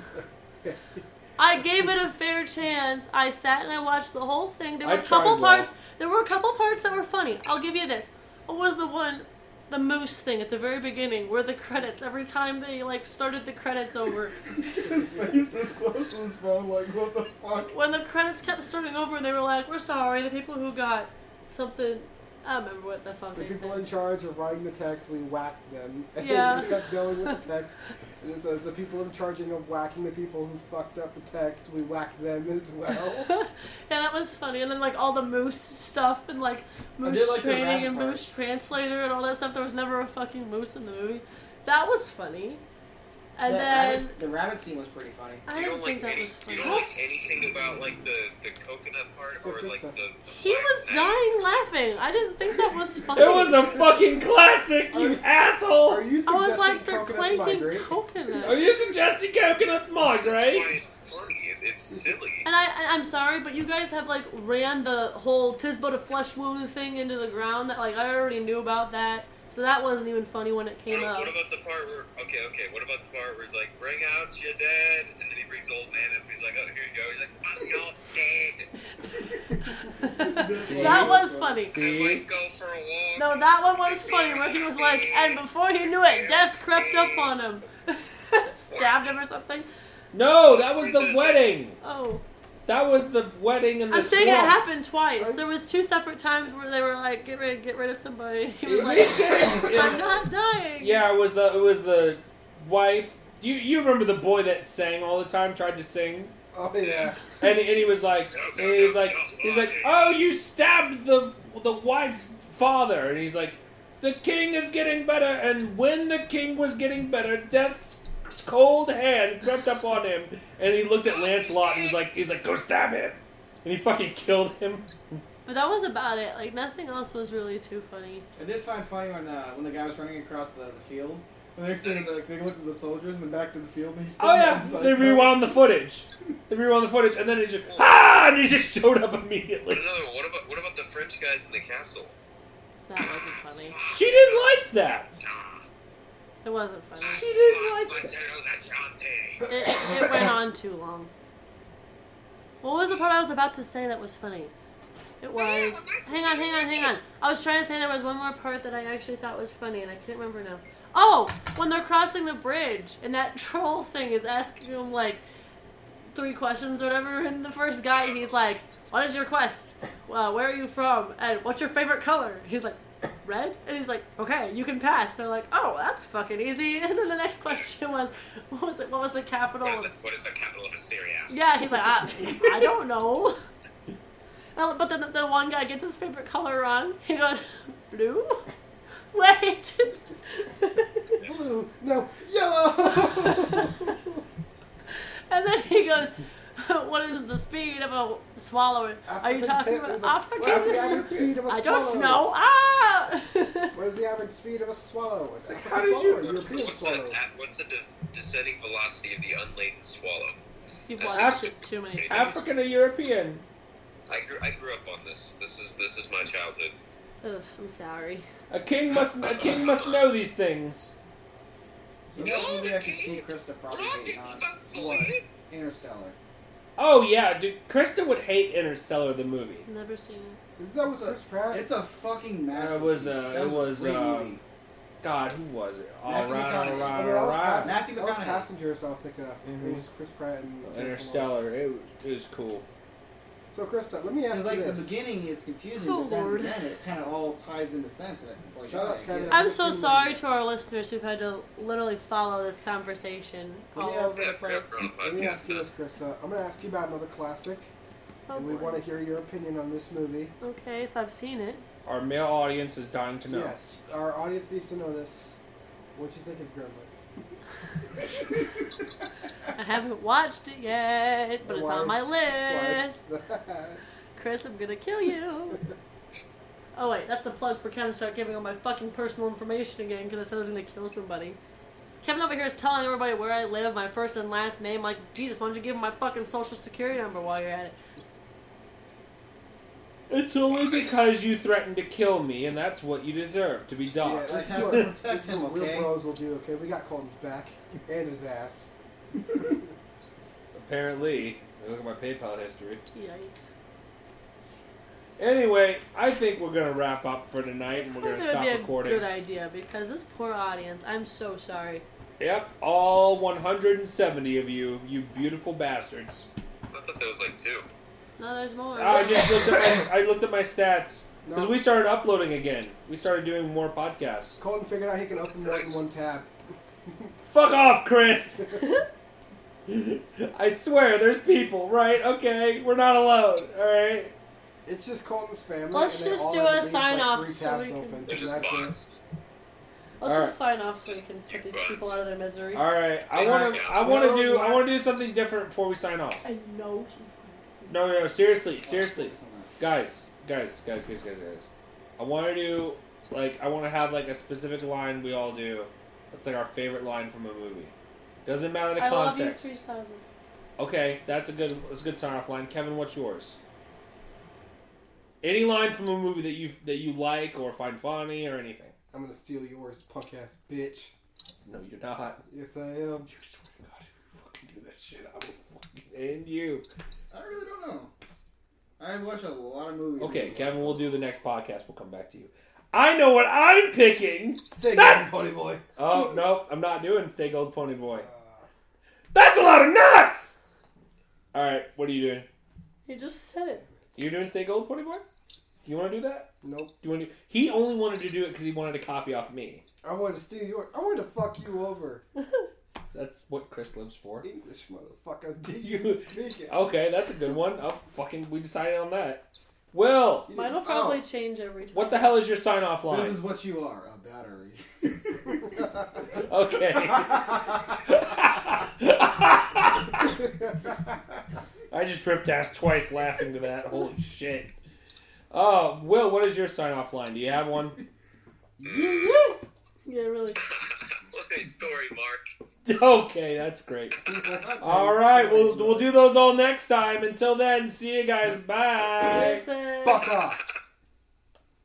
B: I gave it a fair chance. I sat and I watched the whole thing. There
A: I
B: were a couple
A: tried, well.
B: parts. There were a couple parts that were funny. I'll give you this. What was the one, the moose thing at the very beginning, where the credits every time they like started the credits over,
D: (laughs) His face this close to his phone, like what the fuck?
B: when the credits kept starting over and they were like, "We're sorry, the people who got something." I don't remember what the fuck
D: The
B: they
D: people
B: said.
D: in charge are writing the text, we whack them. (laughs) And
B: Yeah.
D: we kept going with the text. And it says the people in charge of whacking the people who fucked up the text, we whack them as well.
B: yeah, that was funny. And then like all the moose stuff and like moose
D: did like the
B: training and
D: rat
B: moose translator and all that stuff. There was never a fucking moose in the movie. That was funny. And
C: The
B: then
C: rabbit, the rabbit scene was pretty funny.
B: I
F: you
B: don't
F: don't like
B: think that
F: any,
B: was
F: you
B: funny.
F: don't like anything about like the, the coconut part
D: So
F: or like
D: just
F: the,
D: a-
F: the
B: He
F: black
B: was
F: knight?
B: dying laughing. I didn't think that was funny.
A: It was a fucking classic, you
D: Are
A: asshole.
D: you
B: Oh, I
D: suggesting
B: was like, they're
D: coconuts
B: clanking
D: migrate?
A: Are
B: coconut.
A: you suggesting coconuts
F: That's why
A: migrate?
F: it's funny. It, it's silly.
B: And I, I- I'm sorry, but you guys have like ran the whole tis but a flesh wound thing into the ground. That like I already knew about that, so that wasn't even funny when it came
F: What,
B: (laughs) up.
F: what about the part where? Okay, okay. What about the part where he's like, "Bring out your dad," and then he brings old man up. He's like, "Oh, here you go." He's like, "I'm not dead.
A: See?
B: that was funny.
F: I
A: See?
F: might go for a walk."
B: No, that one was funny where he was like, and before he knew it, death crept up on him, (laughs) stabbed him or something.
A: No, that was the wedding.
B: Oh.
A: That was the wedding in the
B: I'm saying it
A: swamp.
B: happened twice. There was two separate times where they were like, "Get rid, get rid of somebody." (laughs) He was
A: Is (laughs)
B: like,
A: it-
B: "I'm not dying."
A: Yeah, it was the it was the wife. You you remember the boy that sang all the time, tried to sing,
D: Oh yeah.
A: and and he was like, and he was like, he's like, oh, you stabbed the the wife's father, and he's like, the king is getting better, and when the king was getting better, death's cold hand crept up on him, and he looked at Lancelot and was like, he's like, go stab him, and he fucking killed him.
B: But that was about it. Like nothing else was really too funny.
C: I did find funny when uh, when the guy was running across the, the field. The next thing, like, they looked at the soldiers and then back to the field and he's
A: Oh yeah,
C: just like,
A: they rewound the footage. They rewound the footage, and then it just ah, and he just showed up immediately.
F: But another one. What about what about the French guys in the castle?
B: That wasn't funny.
A: She didn't like that.
F: Ah,
B: It wasn't funny.
A: She didn't like
F: my
A: that.
F: turtles are chanting.
B: It, it, it went on too long. What was the part I was about to say that was funny? It was. Hang on, hang on, hang on. I was trying to say there was one more part that I actually thought was funny, and I can't remember now. Oh, when they're crossing the bridge, and that (laughs) troll thing is asking him like three questions or whatever, and the first guy he's like, "What is your quest? Well, where are you from? And what's your favorite color?" He's like, "Red," and he's like, "Okay, you can pass." They're like, "Oh, that's fucking easy." (laughs) And then the next question was, "What was it? What was the capital?"
F: What is,
B: of
F: the, what is the capital of Assyria?
B: yeah, he's like, I, I don't know. (laughs) Well, But then the, the one guy gets his favorite color wrong. He goes, blue? (laughs) Wait. (laughs) it's-
D: Blue, no, (laughs) yellow.
B: (laughs) and then he goes, what is the speed of a swallow? Are you
D: African
B: talking
D: tit-
B: about
D: there's a- What's the average
B: African?
D: speed of a
B: I
D: swallow?
B: don't know.
E: (laughs)
B: Ah!
D: What is the average speed of a swallow? It's a
A: How
D: fucking
A: did you-
D: swallow, a
F: What's
A: (laughs)
F: the,
D: European
F: what's, the,
D: swallow.
F: at- what's the de- descending velocity of the unladen swallow?
B: You've
F: That's
B: watched
A: Afri-
B: it too many times.
A: African or European?
F: I grew, I grew up on this. This is this is my childhood.
B: Ugh, I'm sorry.
A: A king must a king must know these things.
C: So you know, maybe I can see Krista probably hating on what? Interstellar.
A: Oh yeah, dude, Krista would hate Interstellar the movie.
B: Never seen it.
D: Is that with Chris Pratt?
C: It's a fucking masterpiece.
A: was, uh,
C: That
A: it
C: was,
A: was,
C: a great
A: uh,
C: movie.
A: God, who was it? All
C: Matthew
A: right, all
C: McConaughey.
A: right,
E: that
A: all
E: was
A: right.
E: Pass-
C: Matthew
E: that was
C: McConaughey.
E: Passenger, so I was thinking of.
A: Mhm.
E: It was Chris Pratt and Jennifer
A: Interstellar.
E: Lawrence.
A: It, was- it was cool.
E: So, Krista, let me
C: Because
E: ask you
C: like the
E: this.
C: beginning, it's confusing,
B: Oh,
C: but then,
B: Lord.
C: then it kind of all ties into sense. And it's like,
E: Shut up,
C: I get
E: Kevin.
C: it.
B: I'm so sorry to our listeners who've had to literally follow this conversation
E: Let
B: all
E: me
B: over
E: ask-
B: the
F: Yeah, I
B: place.
F: forgot we're on a
E: Let me
F: podcast
E: ask you
F: now.
E: this, Krista. I'm going to ask you about another classic,
B: Oh,
E: and we
B: boy.
E: want to hear your opinion on this movie.
B: Okay, if I've seen it.
A: Our male audience is dying to know.
E: Yes, our audience needs to know this. What'd you think of Gremlin?
B: I haven't watched it yet, but it's
E: Why
B: on my
E: is- (laughs)
B: list.
E: why is that?
B: Chris, I'm gonna kill you. Oh wait, that's the plug for Kevin to start giving all my fucking personal information again because I said I was gonna kill somebody. Kevin over here is telling everybody where I live, my first and last name. Like, Jesus, why don't you give him my fucking social security number while you're at it?
A: It's only because you threatened to kill me, and that's what you deserve to be
E: Yeah,
A: doxxed.
C: Let's
E: this is
C: have
E: what-
A: (laughs)
C: to protect
E: this is
C: him,
E: what Real
C: okay?
E: bros will do, okay? We got Colton's back and
C: (laughs)
E: his ass.
A: Apparently, I look at my PayPal history.
B: Yikes.
A: Anyway, I think we're gonna wrap up for tonight, and we're gonna
B: (laughs) Probably
A: stop
B: be a
A: recording.
B: good idea because this poor audience. I'm so sorry.
A: Yep, all 170 of you, you beautiful bastards.
F: I thought there was like two.
B: No, there's more.
A: I
B: (laughs)
A: just looked at my, I looked at my stats because
E: No.
A: we started uploading again. We started doing more podcasts.
E: Colton figured out he can open more than one tab.
A: Fuck off, Chris. (laughs) I swear, there's people, right? Okay, we're not alone. All right.
E: It's just Colton's family.
B: Let's
E: and they
B: just
E: all
B: do
E: have
B: a
E: at least, like,
B: sign-off
E: three
B: so we
E: tabs
B: can-
E: open,
F: They're
E: and
F: just
E: that's it.
F: bots. (laughs)
B: Let's
A: All
B: just sign off so we can put these
F: Just-
B: people out of their misery.
A: All right. I want to. I want to do. I want to do something different before we sign off.
B: I know.
A: No, no, no, seriously, seriously, guys, guys, guys, guys, guys, guys. I want to do like I want to have like a specific line we all do. That's like our favorite line from a movie. Doesn't matter the
B: I love you,
A: context.
B: three thousand.
A: Okay, that's a good that's a good sign off line. Kevin, what's yours? Any line from a movie that you that you like or find funny or anything?
E: I'm gonna steal yours, punk ass bitch.
A: No, you're not. (laughs)
E: Yes, I am.
A: You swear to God, if you fucking do that shit, I will fucking end you.
C: I really don't know. I watch a lot of movies.
A: Okay, Kevin, we'll do the next podcast. We'll come back to you. I know what I'm picking.
E: Stay
B: (laughs)
E: golden, pony boy.
A: (laughs) Oh no, I'm not doing Stay Gold Pony Boy.
E: Uh,
A: That's a lot of nuts. All right, what are you doing?
B: He just said it. (laughs)
A: You're doing Stay Gold Pony Boy. You want to do that?
E: nope.
A: Do you want to? He only wanted to do it because he wanted to copy off me.
E: I wanted to steal yours. I wanted to fuck you over.
A: That's what Chris lives for.
E: English motherfucker. (laughs) Did
A: You- (laughs)
E: you speak it?
A: Okay, that's a good one. Oh, fucking, we decided on that. Will,
E: You
B: Mine will
E: didn't-
B: probably change every time.
A: what the hell is your sign off line?
C: This is what you are,
A: (laughs)
C: a battery.
A: Okay. (laughs)
C: (laughs)
A: (laughs) I just ripped ass twice laughing to that. Holy shit. Oh, Will, what is your sign off line? Do you have one? (laughs)
B: Yeah, really.
F: Okay, story, Mark.
A: Okay, that's great. All right, we'll, we'll do those all next time. Until then, see you guys. Bye.
B: Listen.
E: Fuck off.